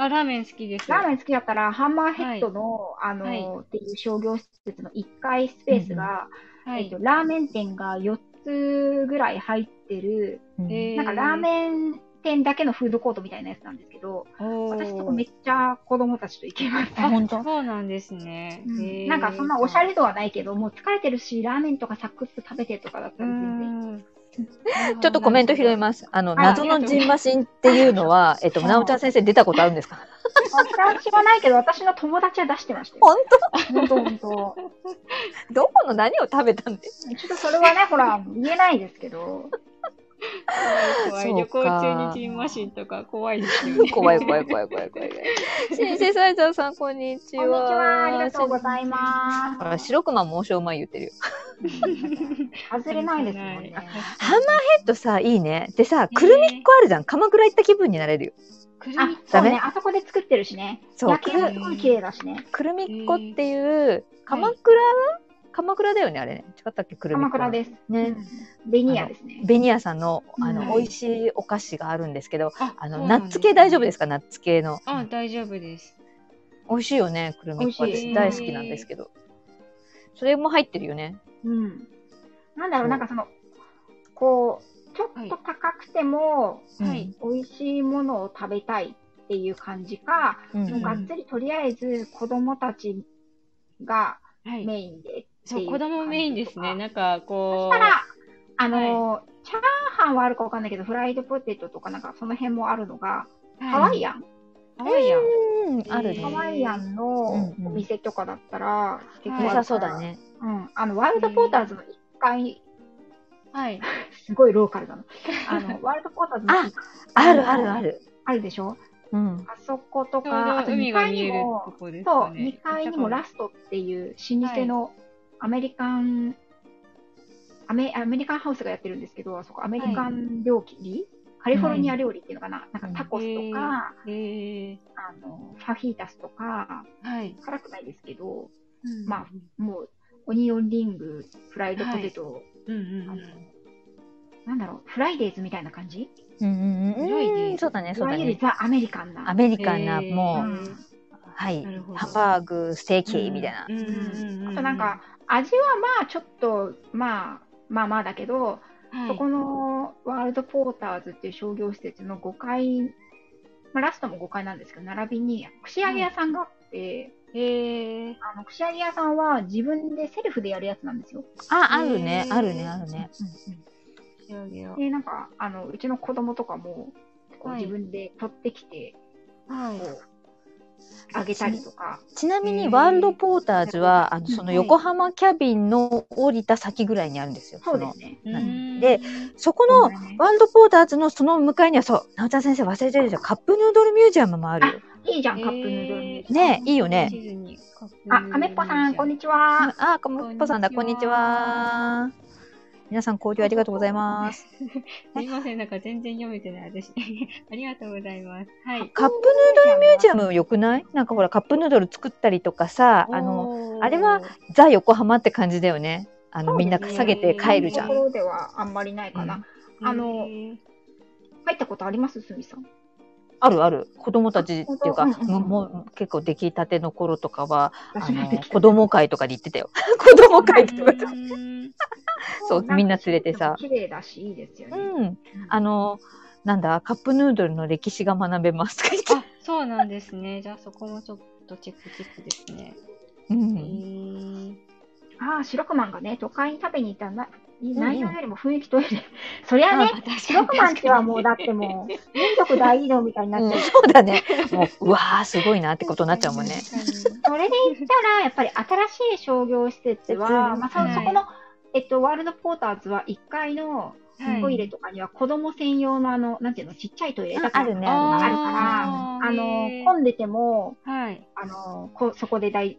[SPEAKER 2] あ、ラーメン好きです。
[SPEAKER 3] ラーメン好きだったら、ハンマーヘッドの、あの、
[SPEAKER 2] は
[SPEAKER 3] っていう商業施設の1階スペースが、
[SPEAKER 2] は
[SPEAKER 3] えっ
[SPEAKER 2] い
[SPEAKER 3] と、。ラーメン店が4つぐらい入ってる、
[SPEAKER 1] うん
[SPEAKER 3] なんかラー
[SPEAKER 2] ン、
[SPEAKER 3] メン店だけのフードコートみたいなやつなんですけど、私とかめっちゃ子供たちと行けました。
[SPEAKER 1] あ、本当。
[SPEAKER 2] そうなんですね。
[SPEAKER 3] うん
[SPEAKER 2] へー
[SPEAKER 3] なんかそんなおしゃれ度はないけど、もう疲れてるし、ラーメンとかサクッと食べてとかだった
[SPEAKER 2] う
[SPEAKER 3] ら全然。
[SPEAKER 2] ん。。
[SPEAKER 1] ちょっとコメント拾いますす。あの、
[SPEAKER 3] はい
[SPEAKER 1] 謎のジンマシンっていうのは、えっと、
[SPEAKER 3] はい
[SPEAKER 1] なおちゃん先生出たことあるんですか
[SPEAKER 3] 私はないけど、私の友達は出してましたよ。
[SPEAKER 1] 本当
[SPEAKER 3] 本当本当。
[SPEAKER 1] どこの何を食べたんです
[SPEAKER 3] ちょっとそれはね、ほら、言えないですけど。
[SPEAKER 2] 怖い
[SPEAKER 1] そうか
[SPEAKER 2] 旅行中にジンマシンとか怖いです よね。
[SPEAKER 1] 怖い 怖い怖い怖い怖い。シンセサイザーさん、こんにち
[SPEAKER 3] こ
[SPEAKER 1] は。
[SPEAKER 3] んにちは、ありがとうございます。
[SPEAKER 1] あ白熊猛将前言ってるよ。
[SPEAKER 3] 外れないですもんね。
[SPEAKER 1] ハンマーヘッドさ、いいね。でさ、
[SPEAKER 2] え
[SPEAKER 1] くるみっこあるじゃん。鎌倉行った気分になれるよ。
[SPEAKER 2] くる
[SPEAKER 3] あ
[SPEAKER 2] み、
[SPEAKER 3] そう
[SPEAKER 1] ダメ
[SPEAKER 3] ね、あそこで作ってるしね。
[SPEAKER 1] そう、く
[SPEAKER 3] 夜景
[SPEAKER 1] る
[SPEAKER 3] がすごい綺麗だしね。
[SPEAKER 1] くるみっこっていう、鎌倉、鎌倉だよね、あれね。違ったっけ、くるみっ
[SPEAKER 3] 鎌
[SPEAKER 1] こ。
[SPEAKER 3] 倉です。
[SPEAKER 1] ね。
[SPEAKER 3] うんベニヤですね。
[SPEAKER 1] ベニヤさんの、あの、
[SPEAKER 2] うん
[SPEAKER 1] 美味しいお菓子があるんですけど、
[SPEAKER 2] あ
[SPEAKER 1] あの、ナッツ系大丈夫ですかナッツ系の。
[SPEAKER 2] あ、大丈夫です。
[SPEAKER 1] 美味しいよね、くるみっこ。
[SPEAKER 3] 美味し
[SPEAKER 1] 私
[SPEAKER 3] い
[SPEAKER 1] 大好きなんですけど。それも入ってるよね。
[SPEAKER 3] うん。なんだ
[SPEAKER 1] そ
[SPEAKER 3] ろ
[SPEAKER 1] う
[SPEAKER 3] う、なんかその、こう、ちょっと高くても、
[SPEAKER 2] はい。
[SPEAKER 3] 美味しいものを食べたいっていう感じか、
[SPEAKER 1] うん。
[SPEAKER 3] もうがっつりとりあえず子供たちが
[SPEAKER 2] はい。
[SPEAKER 3] メインでっていう
[SPEAKER 2] そう、子供メインですね。
[SPEAKER 3] 感じ
[SPEAKER 2] なんか、
[SPEAKER 3] とか。
[SPEAKER 2] こ
[SPEAKER 3] そしたら、あの、チャーハンはあるかわかんないけど、フライドポテトとかなんかその辺もあるのが、
[SPEAKER 2] う、
[SPEAKER 3] ハワ
[SPEAKER 2] はい。
[SPEAKER 3] イアン、
[SPEAKER 2] ハワイアン。
[SPEAKER 1] うん、ある
[SPEAKER 2] へ
[SPEAKER 1] ね
[SPEAKER 2] ー
[SPEAKER 3] ハ。ワイアンのお店とかだったら、結
[SPEAKER 2] うん
[SPEAKER 1] 良
[SPEAKER 3] あるから
[SPEAKER 1] さそうだ。ね。
[SPEAKER 3] うん。あの、ワールドポーターズの1階、
[SPEAKER 2] はい。
[SPEAKER 3] すごいローカル だな。あの、ワールドポーターズの1階
[SPEAKER 1] あるあるある。
[SPEAKER 3] あるでしょ
[SPEAKER 1] うん。
[SPEAKER 3] あそこと
[SPEAKER 2] ちょ
[SPEAKER 3] か、あ
[SPEAKER 2] う
[SPEAKER 3] と
[SPEAKER 2] ど
[SPEAKER 3] 2
[SPEAKER 2] 海が
[SPEAKER 3] 階
[SPEAKER 2] 見
[SPEAKER 3] に
[SPEAKER 2] える
[SPEAKER 3] も
[SPEAKER 2] と、こです
[SPEAKER 3] そう、
[SPEAKER 2] かね。
[SPEAKER 3] 2階にもラストっていう老舗のアメリカン、アメアメリカンハウスがやってるんですけど、あそこアメリカン料理、カリフォルニア料理っていうのかな、なんかタコスとか、
[SPEAKER 2] へえ。
[SPEAKER 3] あのファヒータスとか、
[SPEAKER 2] はい。
[SPEAKER 3] 辛くないですけど、
[SPEAKER 2] うん
[SPEAKER 3] まあ、もうオニオンリング、フライドポテト、
[SPEAKER 2] うんうんう
[SPEAKER 3] あの
[SPEAKER 2] ん。
[SPEAKER 3] なんだろう、フライデーズみたいな感じ
[SPEAKER 1] うんうん
[SPEAKER 2] 広いね
[SPEAKER 1] うん。そうだね、
[SPEAKER 3] い
[SPEAKER 1] そう
[SPEAKER 3] わ
[SPEAKER 1] だ
[SPEAKER 3] ゆる
[SPEAKER 1] ね。
[SPEAKER 3] ザ・アメリカンな。
[SPEAKER 1] アメリカンな、
[SPEAKER 2] へー
[SPEAKER 1] もう、
[SPEAKER 3] うん
[SPEAKER 1] はい
[SPEAKER 2] な。るほど。
[SPEAKER 1] ハンバーグ、ステーキみたいな
[SPEAKER 2] う。んうんうん。
[SPEAKER 3] あとなんか、味はまあちょっと、まあ、まあまあだけど、
[SPEAKER 2] はい、
[SPEAKER 3] そこのワールドポーターズっていう商業施設の5階、まあ、ラストも5階なんですけど、並びに串揚げ屋さんがあって、
[SPEAKER 2] へえ。
[SPEAKER 3] あの串揚げ屋さんは自分でセルフでやるやつなんですよ。
[SPEAKER 1] あ、あるね
[SPEAKER 2] へ、ー
[SPEAKER 1] あるね、あるね。
[SPEAKER 2] 仕上げを
[SPEAKER 3] で、なんか、あのうちの子供とかも、こう
[SPEAKER 2] はい
[SPEAKER 3] 自分で取ってきて、
[SPEAKER 2] はい
[SPEAKER 3] こ。う、あげたりとか。
[SPEAKER 1] ちなみ
[SPEAKER 2] へ
[SPEAKER 1] に、
[SPEAKER 2] ー
[SPEAKER 1] ワールドポーターズは、あの、
[SPEAKER 3] うん
[SPEAKER 1] その
[SPEAKER 2] はい
[SPEAKER 1] 横浜キャビンの降りた先ぐらいにあるんですよ。
[SPEAKER 3] そう
[SPEAKER 1] そ
[SPEAKER 3] で
[SPEAKER 1] の
[SPEAKER 3] すね。
[SPEAKER 1] う
[SPEAKER 2] で
[SPEAKER 1] で、そこの、ワールドポーターズのその向かいには、そう、なおちゃん先生忘れてるじゃん。カップヌードルミュージアムもあるよ。
[SPEAKER 3] いいじゃん、カップヌードルに。
[SPEAKER 1] ねいいよね
[SPEAKER 2] 地図にカップ
[SPEAKER 3] あ、アメッポさん、こん
[SPEAKER 2] に
[SPEAKER 3] にちは。
[SPEAKER 1] あ、あかもっぽさんだ、こ
[SPEAKER 2] こ
[SPEAKER 1] ん
[SPEAKER 2] ん
[SPEAKER 1] に
[SPEAKER 2] に
[SPEAKER 1] ち
[SPEAKER 2] ち
[SPEAKER 1] は
[SPEAKER 2] は。
[SPEAKER 1] 皆さん、交流ありがとうございます。
[SPEAKER 2] すいません、なんか全然読めてない私。 ありがとうございます。はい。
[SPEAKER 1] カップヌードルミュージアム良くないなんかほら、カップヌードル作ったりとかさ、あの、
[SPEAKER 2] おー
[SPEAKER 1] あれは、ザ・横浜って感じだよね。あの、
[SPEAKER 3] そう
[SPEAKER 1] み
[SPEAKER 3] です
[SPEAKER 1] ん
[SPEAKER 3] ね
[SPEAKER 1] な下げて帰るじゃん
[SPEAKER 3] と。ころではあんまりないかな。
[SPEAKER 1] うん
[SPEAKER 3] あの
[SPEAKER 2] へー
[SPEAKER 3] 入ったことありますすみさん。
[SPEAKER 1] あるある。子供たちっていうか、
[SPEAKER 3] あ本当うん
[SPEAKER 1] も
[SPEAKER 3] う
[SPEAKER 1] うんもう結構出来たての頃とかは、あ
[SPEAKER 3] 私も入って
[SPEAKER 1] の
[SPEAKER 3] き、た
[SPEAKER 1] 子供会とかに行ってたよ。 子供会とか。
[SPEAKER 2] うーん
[SPEAKER 1] そうみんな連れてさ
[SPEAKER 3] なんか綺麗だし、いいですよね。
[SPEAKER 1] うん。あの、なんだ、カップヌードルの歴史が学べますとか言って
[SPEAKER 2] あ、そうなんですね。じゃあそこもちょっとチェックチェックですね。
[SPEAKER 1] うん。
[SPEAKER 3] ああ、白クマンがね、都会に食べに行ったな
[SPEAKER 1] うん
[SPEAKER 3] 内容よりも雰囲気とい で、そりゃ
[SPEAKER 2] あ、
[SPEAKER 3] ね、
[SPEAKER 2] 確かに
[SPEAKER 3] 白クマンちはもうだってもう、民族大移動みたいになっ
[SPEAKER 1] う
[SPEAKER 3] ちゃ
[SPEAKER 1] ん
[SPEAKER 3] う。
[SPEAKER 1] そうだね。もう、うわー、すごいなってことになっちゃうもんね。
[SPEAKER 2] 確か
[SPEAKER 3] それで言ったら、やっぱり新しい商業施設は、まあ、そ
[SPEAKER 2] はい
[SPEAKER 3] そこの、えっと、ワールドポーターズは1階の
[SPEAKER 2] はい
[SPEAKER 3] トイレとかには子供専用のあの、なんていうの、ちっちゃいトイレ
[SPEAKER 1] ああるね
[SPEAKER 3] あ
[SPEAKER 1] あ
[SPEAKER 3] るから、
[SPEAKER 2] あー
[SPEAKER 3] あの
[SPEAKER 2] へ、ー
[SPEAKER 3] 混んでても、
[SPEAKER 2] はい。
[SPEAKER 3] あの、こそこで大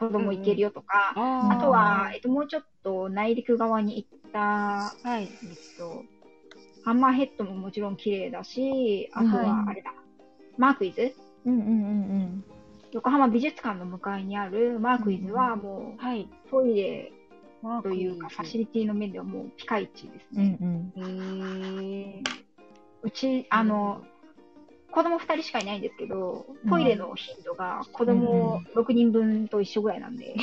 [SPEAKER 3] 子供行けるよとか、
[SPEAKER 2] あ
[SPEAKER 3] あとは、、えっと、もうちょっと内陸側に行った、
[SPEAKER 2] はい。
[SPEAKER 3] えっと、ハンマーヘッドももちろん綺麗だし、あと
[SPEAKER 1] は
[SPEAKER 3] はいあれだ、マークイズ
[SPEAKER 1] うんうんうん
[SPEAKER 3] 横浜美術館の向かいにあるマークイズはも
[SPEAKER 2] はい。
[SPEAKER 3] うトイレ
[SPEAKER 2] ワー
[SPEAKER 3] というかファシリティの面ではもうピカイチです
[SPEAKER 1] うん。うんう
[SPEAKER 3] ね。
[SPEAKER 1] ん。
[SPEAKER 2] へー
[SPEAKER 3] うち、あの、子供2人しかいないんですけど、トイレの頻度が子供6人分と一緒ぐらいなんで、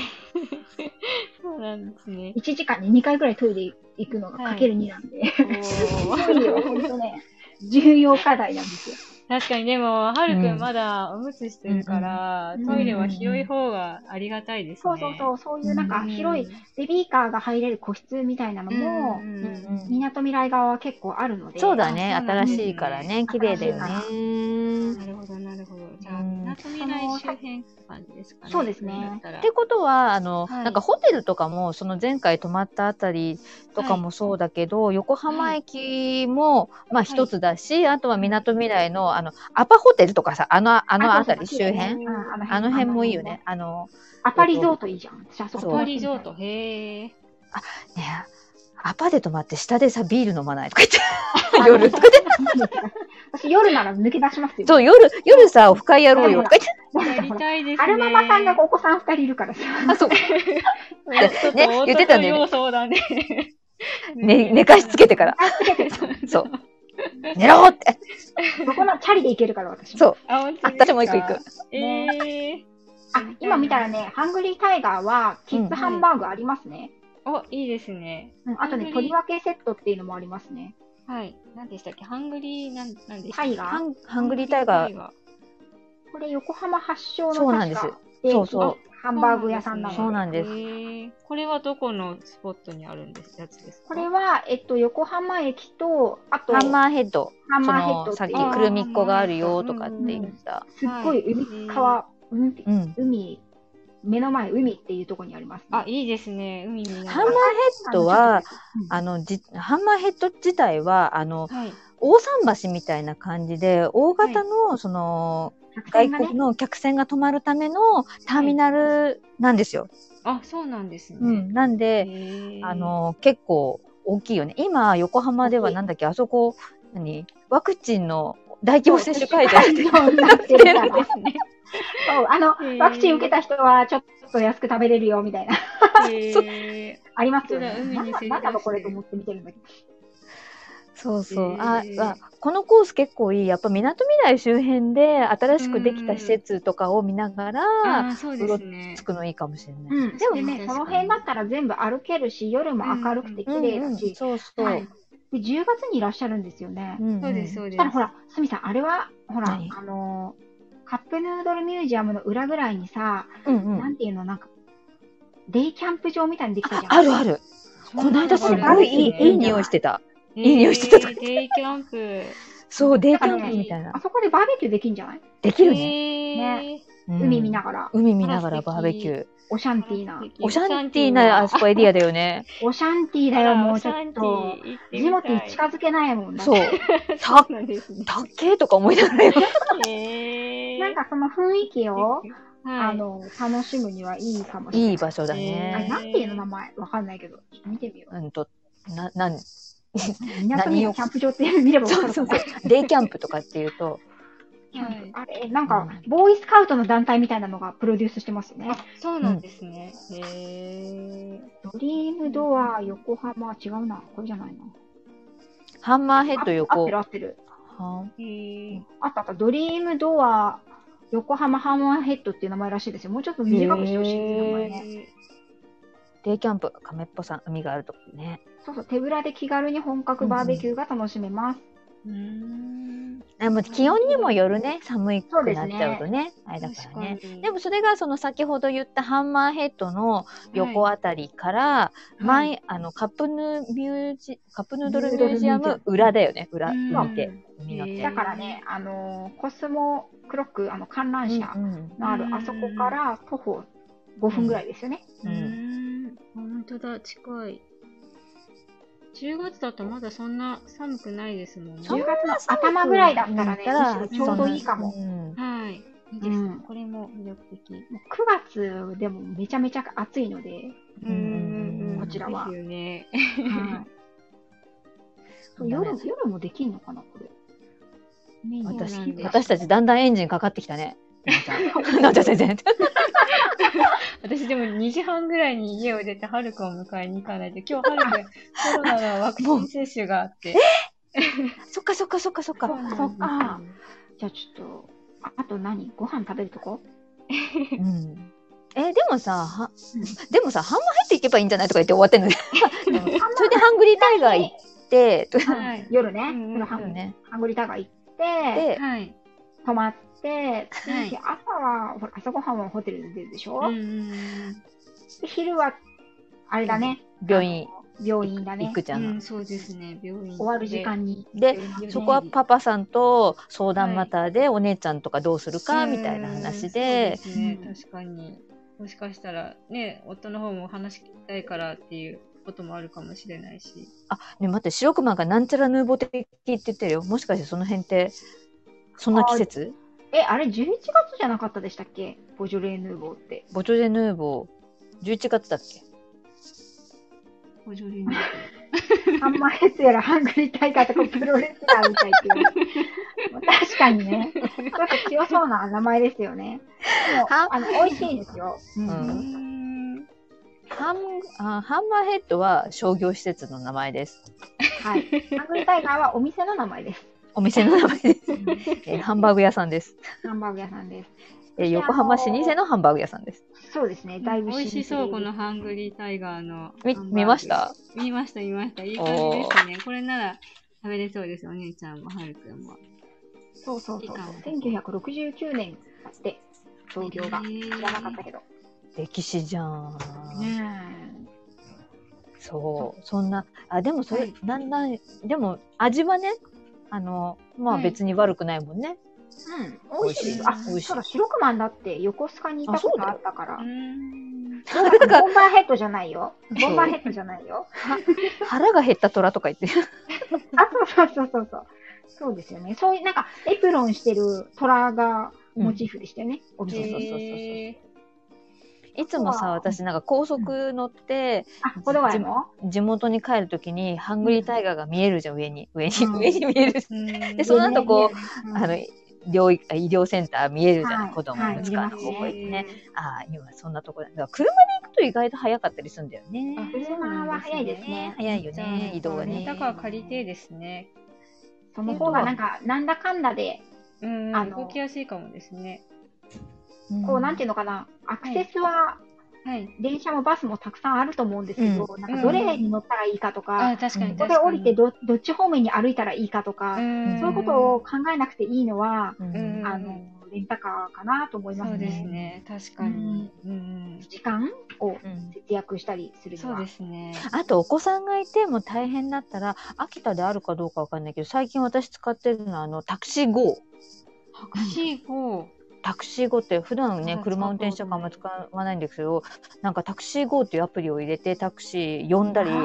[SPEAKER 2] そうなんですね。
[SPEAKER 3] 1時間に2回ぐらいトイレ行くのがかける2なん で、
[SPEAKER 2] おー
[SPEAKER 3] トイ レは本当ね、重要課題なんですよ。
[SPEAKER 2] 確かにでも、はるく
[SPEAKER 1] うん
[SPEAKER 2] んまだおむつしてるから、
[SPEAKER 3] うん
[SPEAKER 2] トイレは広い方がありがたいですね。
[SPEAKER 3] そうそうそう、そういうなんか
[SPEAKER 2] うん
[SPEAKER 3] 広いベビーカーが入れる個室みたいなのも、
[SPEAKER 2] うん
[SPEAKER 1] うんうん
[SPEAKER 3] みなとみらい側は結構あるので、
[SPEAKER 1] そうだね、
[SPEAKER 2] あそうなんです
[SPEAKER 1] 新
[SPEAKER 2] ね
[SPEAKER 1] しいからね、綺麗だよね。
[SPEAKER 2] なるほど、なるほど。じゃあ、
[SPEAKER 1] うん
[SPEAKER 2] みなとみらい周辺って感じですかね。
[SPEAKER 3] そうですね
[SPEAKER 2] だったら
[SPEAKER 1] ってことはあの、
[SPEAKER 2] はい
[SPEAKER 1] なんかホテルとかもその前回泊まったあたりとかもそうだけど、横浜駅も、まあ一つだし、あとはみなとみらいのあのアパホテルとかさあのあのあたり周辺、
[SPEAKER 3] うんあの
[SPEAKER 1] あの辺もいいよね。あの
[SPEAKER 3] アパリゾートいいじゃん。私あそ
[SPEAKER 2] ア
[SPEAKER 3] こ
[SPEAKER 2] パリゾート、へえ。
[SPEAKER 1] ねアパで泊まって下でさビール飲まないとか言って
[SPEAKER 3] あ
[SPEAKER 1] 夜
[SPEAKER 3] そうです 私夜なら抜け出しますよ。
[SPEAKER 1] そう夜夜さオフ会やろうよとか言って
[SPEAKER 2] やりたいですね。
[SPEAKER 3] アルママさんがお子さん二人いるからさ。
[SPEAKER 1] あ そう
[SPEAKER 2] ちょっと
[SPEAKER 1] ね言ってたね
[SPEAKER 2] 男要素だね。
[SPEAKER 1] 寝寝かしつけて からそう寝ろって
[SPEAKER 3] そこのチャリで行けるから私。
[SPEAKER 1] そう
[SPEAKER 2] あ、本当ですか
[SPEAKER 1] 私も行く行く。
[SPEAKER 2] ええ。
[SPEAKER 3] あ、今見たらね、ハングリータイガーはキッズハンバーグありますね。
[SPEAKER 2] お、いいですね。
[SPEAKER 3] うんあとね、
[SPEAKER 2] ハング
[SPEAKER 3] と
[SPEAKER 2] リー
[SPEAKER 3] りわけセットっていうのもありますね。
[SPEAKER 2] はい。何でしたっけハングリー、なん、なんでした
[SPEAKER 3] タ
[SPEAKER 2] っ
[SPEAKER 3] イ
[SPEAKER 2] け
[SPEAKER 3] ガ
[SPEAKER 1] ハ
[SPEAKER 3] ー。
[SPEAKER 1] ンハングリータイガー
[SPEAKER 2] ー。
[SPEAKER 3] これ横浜発祥の
[SPEAKER 1] そうなんです
[SPEAKER 3] 確か
[SPEAKER 1] そうそう
[SPEAKER 3] ハンバーグ屋さんなので。
[SPEAKER 1] そうなんです
[SPEAKER 2] へーこれはどこのスポットにあるんですやつですか
[SPEAKER 3] これは、えっと、横浜駅と、あと、
[SPEAKER 1] ハンマーヘッド
[SPEAKER 3] ハン
[SPEAKER 1] そ
[SPEAKER 3] マーヘッド
[SPEAKER 1] の
[SPEAKER 3] って
[SPEAKER 1] さっ
[SPEAKER 3] い
[SPEAKER 1] き
[SPEAKER 3] う
[SPEAKER 1] くるみっこがあるよとかって言った、
[SPEAKER 3] すっごい海、川、海、
[SPEAKER 1] うん
[SPEAKER 3] 海、目の前、海っていうところにあります、ね。
[SPEAKER 2] あ、いいですね。海に。
[SPEAKER 1] ハンマーヘッドは、あのじハンマーヘッド自体はあの
[SPEAKER 2] はい。
[SPEAKER 1] 大桟橋みたいな感じで大型の,、その外
[SPEAKER 3] 外国
[SPEAKER 1] 国
[SPEAKER 3] の、
[SPEAKER 1] の客船が泊まるためのターミナルなんですよ。
[SPEAKER 2] あ、そうなんですね。
[SPEAKER 1] うん、なんで、
[SPEAKER 2] へー
[SPEAKER 1] あ、の結構大きいよね今横浜ではなんだっけあそこ何ワクチンの大規模接種会場
[SPEAKER 3] になってるから。
[SPEAKER 2] ですね。
[SPEAKER 3] そうあの
[SPEAKER 2] へ、ー
[SPEAKER 3] ワクチン受け た人は、ちょっと安く食べれるよ、みたいな。
[SPEAKER 2] へー
[SPEAKER 3] ありますよね
[SPEAKER 2] 本当だ。海
[SPEAKER 3] な
[SPEAKER 2] に
[SPEAKER 3] ん
[SPEAKER 2] せ
[SPEAKER 3] だ
[SPEAKER 2] り出してる
[SPEAKER 3] なんだろうこれと思って見てるんだけど。
[SPEAKER 1] そうそう。あ
[SPEAKER 2] へ、ー
[SPEAKER 1] あこのコース結構いい。やっぱみなとみらい周辺で新しくできた施設とかを見なが
[SPEAKER 2] あ
[SPEAKER 1] ら、
[SPEAKER 2] ー、そうですね
[SPEAKER 1] つ。くのいいかもしれない。
[SPEAKER 3] うん、でもね、
[SPEAKER 2] 確
[SPEAKER 3] そ
[SPEAKER 2] かに
[SPEAKER 3] の辺だったら全部歩けるし、夜も明るくて綺麗だし、
[SPEAKER 1] そうそう。
[SPEAKER 3] はいで10月にいらっしゃるんですよね。
[SPEAKER 1] んん
[SPEAKER 2] そうです、そうで
[SPEAKER 3] そし
[SPEAKER 2] す。
[SPEAKER 3] たらほら、すみさん、あれは、ほら、
[SPEAKER 1] 何
[SPEAKER 3] あのーカップヌードルミュージアムの裏ぐらいにさ、
[SPEAKER 1] うんう
[SPEAKER 3] なん
[SPEAKER 1] ん。
[SPEAKER 3] ていうの、なんか、デイキャンプ場みたいにできたじゃん。
[SPEAKER 1] あるある。この間す
[SPEAKER 2] そう
[SPEAKER 1] ご
[SPEAKER 2] なん
[SPEAKER 1] い
[SPEAKER 2] で
[SPEAKER 1] いい
[SPEAKER 2] ね
[SPEAKER 1] いい匂いしてた。
[SPEAKER 2] へー
[SPEAKER 1] いい匂いしてた
[SPEAKER 2] デイキャンプ。
[SPEAKER 1] そう、デイ
[SPEAKER 3] だ
[SPEAKER 1] キ
[SPEAKER 3] か
[SPEAKER 1] ャ
[SPEAKER 3] ら
[SPEAKER 1] ン
[SPEAKER 3] ね
[SPEAKER 1] プみたいな
[SPEAKER 3] あ。そこでバーベキューできんじゃない
[SPEAKER 1] できるね。
[SPEAKER 2] ね。
[SPEAKER 1] うん
[SPEAKER 3] 海見ながら、
[SPEAKER 1] 海見ながらバーベキュー。
[SPEAKER 3] オシャンティーな。
[SPEAKER 1] オシャンティーなあそこエリアだよね。
[SPEAKER 3] オシャンティーだよ、もうちょっと。ジモティー近づけないもんだって
[SPEAKER 1] そう。
[SPEAKER 2] そ
[SPEAKER 1] た
[SPEAKER 2] うなんですね。
[SPEAKER 1] たっけーとか思いながらよ。
[SPEAKER 2] へー
[SPEAKER 3] なんかその雰囲気を、
[SPEAKER 2] はい
[SPEAKER 3] あの、楽しむにはいいかもしれない
[SPEAKER 1] い。場所だ
[SPEAKER 3] あれ
[SPEAKER 1] ね。
[SPEAKER 3] なんていうの名前わかんないけど、ちょっと見てみよう。
[SPEAKER 1] うんと、な、なん、
[SPEAKER 3] 港にキャンプ場って見ればわか
[SPEAKER 1] そ
[SPEAKER 3] る
[SPEAKER 1] う
[SPEAKER 3] か
[SPEAKER 1] そ
[SPEAKER 3] も
[SPEAKER 1] うそう。デイキャンプとかっていうと、
[SPEAKER 2] はい
[SPEAKER 3] あれ、なんか、ボーイスカウトの団体みたいなのがプロデュースしてますよね。
[SPEAKER 2] あ、そうなんですね。へー
[SPEAKER 3] ドリームドア、横浜、違うな。これじゃないな。
[SPEAKER 1] ハンマーヘ
[SPEAKER 3] え
[SPEAKER 1] ッド横
[SPEAKER 3] 合って。る合ってる。
[SPEAKER 1] は
[SPEAKER 2] へー
[SPEAKER 3] あったあった。ドリームドア、横浜ハンマーヘッドっていう名前らしいですよ。もうちょっと短くしてほしいですね名前ね。
[SPEAKER 1] デイキャンプ、亀っぽさん、海があるとこね。
[SPEAKER 3] そうそう、手ぶらで気軽に本格バーベキューが楽しめます。
[SPEAKER 2] うーん。
[SPEAKER 1] あもう気温にもよるね、寒い
[SPEAKER 3] そう
[SPEAKER 1] く
[SPEAKER 3] です
[SPEAKER 1] なっ
[SPEAKER 3] ね
[SPEAKER 1] ちゃうとね、あれだか
[SPEAKER 2] 確
[SPEAKER 1] ら
[SPEAKER 2] か
[SPEAKER 1] ね。
[SPEAKER 2] に。
[SPEAKER 1] でもそれがその先ほど言ったハンマーヘッドの横あたりから、
[SPEAKER 2] はい
[SPEAKER 1] 前、あの、カップヌーミュージ、カップヌードル
[SPEAKER 3] ヌ
[SPEAKER 1] ミ
[SPEAKER 3] ード
[SPEAKER 1] ュ
[SPEAKER 3] ルミュ
[SPEAKER 1] ー
[SPEAKER 3] ージ
[SPEAKER 1] ジ
[SPEAKER 3] ア
[SPEAKER 1] ア
[SPEAKER 3] ム
[SPEAKER 1] ム裏だよね、裏
[SPEAKER 2] うん
[SPEAKER 1] 見て。になって
[SPEAKER 3] だからね、あのーコスモクロック、あの観覧車
[SPEAKER 1] うんうん
[SPEAKER 3] のある、
[SPEAKER 2] うん
[SPEAKER 3] あそこから徒歩5分ぐらいですよね。
[SPEAKER 2] う
[SPEAKER 1] うん
[SPEAKER 2] ーん、本当だ、近い。10月だとまだそんな寒くないですもんね。
[SPEAKER 1] そん
[SPEAKER 3] 10
[SPEAKER 1] な
[SPEAKER 3] 月
[SPEAKER 1] 寒
[SPEAKER 3] の
[SPEAKER 1] く
[SPEAKER 3] 頭ぐらいだった
[SPEAKER 1] な
[SPEAKER 3] らね、むしろちょうどいいかも。
[SPEAKER 1] うん
[SPEAKER 2] はい。いいですね。
[SPEAKER 3] うん
[SPEAKER 2] これも魅力的。
[SPEAKER 3] もう9月でもめちゃめちゃ暑いので、
[SPEAKER 1] うんうんうん
[SPEAKER 3] こちらは
[SPEAKER 2] ですよね。
[SPEAKER 3] はい
[SPEAKER 1] そうだね
[SPEAKER 3] 夜夜もできんのかな、これ。
[SPEAKER 2] そうなん
[SPEAKER 1] 私
[SPEAKER 2] です
[SPEAKER 1] 私たちだんだんエンジンかかってきたね。なんちゃん先生。
[SPEAKER 2] 私でも2時半ぐらいに家を出て、はるくを迎えに行かないと、今日はるくコロナのワクチン接種があって。
[SPEAKER 1] そっかそっかそっかそっ
[SPEAKER 2] そう
[SPEAKER 1] か。
[SPEAKER 2] なんです
[SPEAKER 3] そっかじゃあちょっと、ああと何ご飯食べる とこ
[SPEAKER 1] うん。えでもさは
[SPEAKER 3] うん
[SPEAKER 1] でもさ半分入っていけばいいんじゃないとか言って終わってんのね。それでハングリータイガー行ってと
[SPEAKER 2] はい
[SPEAKER 3] 夜ね、
[SPEAKER 2] うんうん
[SPEAKER 3] 夜ハ
[SPEAKER 1] か
[SPEAKER 3] ン
[SPEAKER 1] ね。
[SPEAKER 3] ハングリータガー行って、
[SPEAKER 1] で
[SPEAKER 2] はい。
[SPEAKER 3] 泊まって、
[SPEAKER 2] はい
[SPEAKER 3] で朝はほら朝ごはんはホテルで出るでしょ、
[SPEAKER 2] うんうんうん
[SPEAKER 3] で昼は、あれだね、
[SPEAKER 1] 病院
[SPEAKER 3] 病院だね。
[SPEAKER 1] 行くじゃ。
[SPEAKER 2] うんん、そうですね。病院で。
[SPEAKER 3] 終わる時間に。
[SPEAKER 1] で
[SPEAKER 2] うん
[SPEAKER 1] そこはパパさんと相談またでお姉ちゃんとかどうするかみたいな話で。
[SPEAKER 2] そうですね
[SPEAKER 3] うん
[SPEAKER 2] 確かにもしかしたらね夫の方も話聞きたいからっていうこともあるかもしれないし
[SPEAKER 1] ね待って白熊がなんちゃらヌーボー的って言ってるよ。もしかしてその辺ってそんな季節？
[SPEAKER 3] え、あれ11月じゃなかったでしたっけボジョレーヌーボーって。
[SPEAKER 1] ボジョレ・ヌーボー11月だっけ？
[SPEAKER 2] 補助輪で
[SPEAKER 3] サンマレスやらハングリー大会とかプロレスラーみたいっ ていう。確かにね。なんか強そうな名前です よね。でも
[SPEAKER 1] は
[SPEAKER 3] あの美味しいんですよ。うん
[SPEAKER 2] うー
[SPEAKER 1] ん
[SPEAKER 2] ん
[SPEAKER 1] ハンあハンマーヘッドは商業施設の名前です。
[SPEAKER 3] はい。ハングリータイガーはお店の名前です。
[SPEAKER 1] お店の名前 です。えーハンバーグ屋さんです。
[SPEAKER 3] ハンバーグ屋さんです。
[SPEAKER 1] えー横浜老舗のハンバーグ屋さんです。
[SPEAKER 3] そうですね。だいぶ
[SPEAKER 2] 美味しそうこの
[SPEAKER 3] 老舗
[SPEAKER 2] ハングリータイガーの
[SPEAKER 1] み
[SPEAKER 2] ハンバーグ
[SPEAKER 1] 見ました
[SPEAKER 2] 見ました見ましたいい感じですねこれなら食べれそうですお姉ちゃんもはるくんも
[SPEAKER 3] でそうそう
[SPEAKER 2] いい
[SPEAKER 3] そう
[SPEAKER 2] かも。
[SPEAKER 3] 1969年で創業が
[SPEAKER 2] へ。ー
[SPEAKER 3] 知らなかったけど。
[SPEAKER 1] 歴史じゃん。
[SPEAKER 3] うん。
[SPEAKER 1] そう。そんな、あ、でもそれ、
[SPEAKER 2] はい
[SPEAKER 1] だんだん、でも味はね、あの、まあ
[SPEAKER 2] はい
[SPEAKER 1] 別に悪くないもんね。
[SPEAKER 3] うん、美味しいです。あ、
[SPEAKER 2] 美
[SPEAKER 1] 味しい
[SPEAKER 3] そうだ、白熊マンだって横須賀にいたことあったから
[SPEAKER 2] うー。ん
[SPEAKER 3] ボンバーヘッドじゃないよ。ボンバーヘッドじゃないよ。
[SPEAKER 1] 腹が減った虎とか言って。
[SPEAKER 3] あ、そうそうそうそうそう。そうですよね。そういう、なんか、エプロンしてる虎がモチーフでしたよね。
[SPEAKER 1] そ
[SPEAKER 3] お
[SPEAKER 1] うそう
[SPEAKER 3] 店
[SPEAKER 1] そうそ
[SPEAKER 3] の。
[SPEAKER 1] う
[SPEAKER 2] へ
[SPEAKER 1] いつもさ、私なんか高速乗って、
[SPEAKER 3] あ、小田原の
[SPEAKER 1] 地元に帰るときに、ハングリータイガーが見えるじゃん、上に。上に、
[SPEAKER 3] うん
[SPEAKER 1] 上に見える
[SPEAKER 2] ー
[SPEAKER 1] じ
[SPEAKER 2] うーん
[SPEAKER 1] でその後こ
[SPEAKER 3] う
[SPEAKER 1] ゃ
[SPEAKER 3] ん
[SPEAKER 1] ん。あの、療育あ医療センター見えるじゃん、
[SPEAKER 3] はい
[SPEAKER 1] 子供
[SPEAKER 3] はい
[SPEAKER 1] の使う
[SPEAKER 3] 見えます
[SPEAKER 1] 方向行ってね
[SPEAKER 2] へ。ー
[SPEAKER 1] ああ、今そんなとこだ。だから車で行くと意外と早かったりするんだよね。
[SPEAKER 2] あ
[SPEAKER 3] 車は早いですね。
[SPEAKER 1] 早いよ
[SPEAKER 2] じゃあ
[SPEAKER 1] ね、移動が
[SPEAKER 2] レン
[SPEAKER 1] ね
[SPEAKER 2] タ。カー借りてですね。
[SPEAKER 3] その方がなんか、なんだかんだで、
[SPEAKER 2] うん、
[SPEAKER 3] あの
[SPEAKER 2] 動きやすいかもですね。
[SPEAKER 3] こう、なん
[SPEAKER 1] て
[SPEAKER 3] ていうのかな、アクセスは、
[SPEAKER 2] はい。
[SPEAKER 3] 電車もバスもたくさんあると思うんですけど、なんか、どれに乗ったらいいかと
[SPEAKER 2] あ、
[SPEAKER 3] か、
[SPEAKER 2] 確か
[SPEAKER 1] う
[SPEAKER 2] に
[SPEAKER 1] ん
[SPEAKER 3] こ
[SPEAKER 2] 確
[SPEAKER 3] こで
[SPEAKER 2] かに。
[SPEAKER 3] 降りてど、どっち方面に歩いたらいいかとか、
[SPEAKER 2] ん
[SPEAKER 3] そういうことを考えなくていいのは、
[SPEAKER 1] う
[SPEAKER 2] うん
[SPEAKER 1] ん。
[SPEAKER 3] あの、レンタカーかなと思いま
[SPEAKER 2] そ
[SPEAKER 3] す
[SPEAKER 2] うです
[SPEAKER 3] ね。
[SPEAKER 2] ね。確かに。うん。
[SPEAKER 3] 時間を
[SPEAKER 1] うん
[SPEAKER 3] 節約したりするに
[SPEAKER 2] そう
[SPEAKER 3] は
[SPEAKER 2] で。すね。
[SPEAKER 1] あとお子さんがいても大変だったら秋田であるかどうかわかんないけど最近私使ってるのはあのタクシー GO
[SPEAKER 2] 白紙を、
[SPEAKER 1] タクシー GO って普段ね
[SPEAKER 2] あ
[SPEAKER 1] 車運転手とかあんま使わないんですけどなんかタクシー GO っていうアプリを入れてタクシー呼んだり
[SPEAKER 2] そう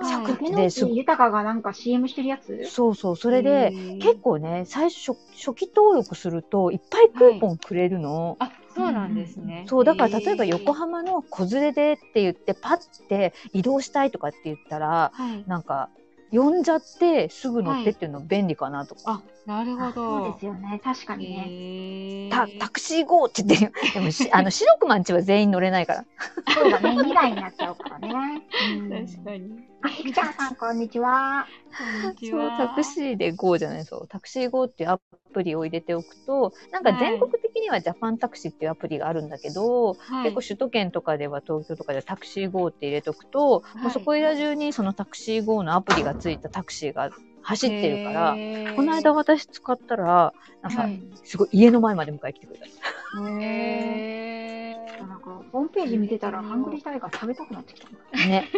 [SPEAKER 3] あー竹野
[SPEAKER 1] です
[SPEAKER 3] 内豊がなんか CM してるやつ
[SPEAKER 1] そうそうそ
[SPEAKER 2] そ
[SPEAKER 1] れで結構ね最初初初期登録するといっぱいクーポンくれるの。
[SPEAKER 2] あ、そうなんですね。
[SPEAKER 1] そうだから例えば
[SPEAKER 2] へー
[SPEAKER 1] 横。浜の子連れでって言ってパッて移動したいとかって言ったら
[SPEAKER 2] はい。
[SPEAKER 1] なんか呼んじゃってすぐ乗ってっていうの便利かなとか、
[SPEAKER 2] あ、なるほど。
[SPEAKER 3] そうですよね。確かにね。
[SPEAKER 2] ね
[SPEAKER 1] たタクシー GO って言ってるよでもしあの白くまんちは全員乗れないから
[SPEAKER 3] そうだね。未来になっちゃうからね。うん
[SPEAKER 2] 確かに。
[SPEAKER 3] あ、いくちゃんさん、こんにちは。
[SPEAKER 2] こんにち
[SPEAKER 1] そう
[SPEAKER 2] は。
[SPEAKER 1] タクシーで GO じゃないそうタクシー GO っていうアプリを入れておくとなんか全国的にはジャパンタクシーっていうアプリがあるんだけど、
[SPEAKER 2] はい
[SPEAKER 1] 結構首都圏とかでは東京とかではタクシー GO って入れておくと、
[SPEAKER 2] はい
[SPEAKER 1] もうそこいら中にそのタクシー GO のアプリがついたタクシーが走ってるから。
[SPEAKER 2] へー
[SPEAKER 1] この間私使ったら、なん
[SPEAKER 2] は
[SPEAKER 1] か
[SPEAKER 2] い、
[SPEAKER 1] すごい家の前まで迎えに来てくれた。
[SPEAKER 3] へ
[SPEAKER 2] へ
[SPEAKER 3] ー
[SPEAKER 2] ー
[SPEAKER 3] なんか、ホームページ見てたら、ハングリータイガー食べたくなってきたな。
[SPEAKER 1] ね。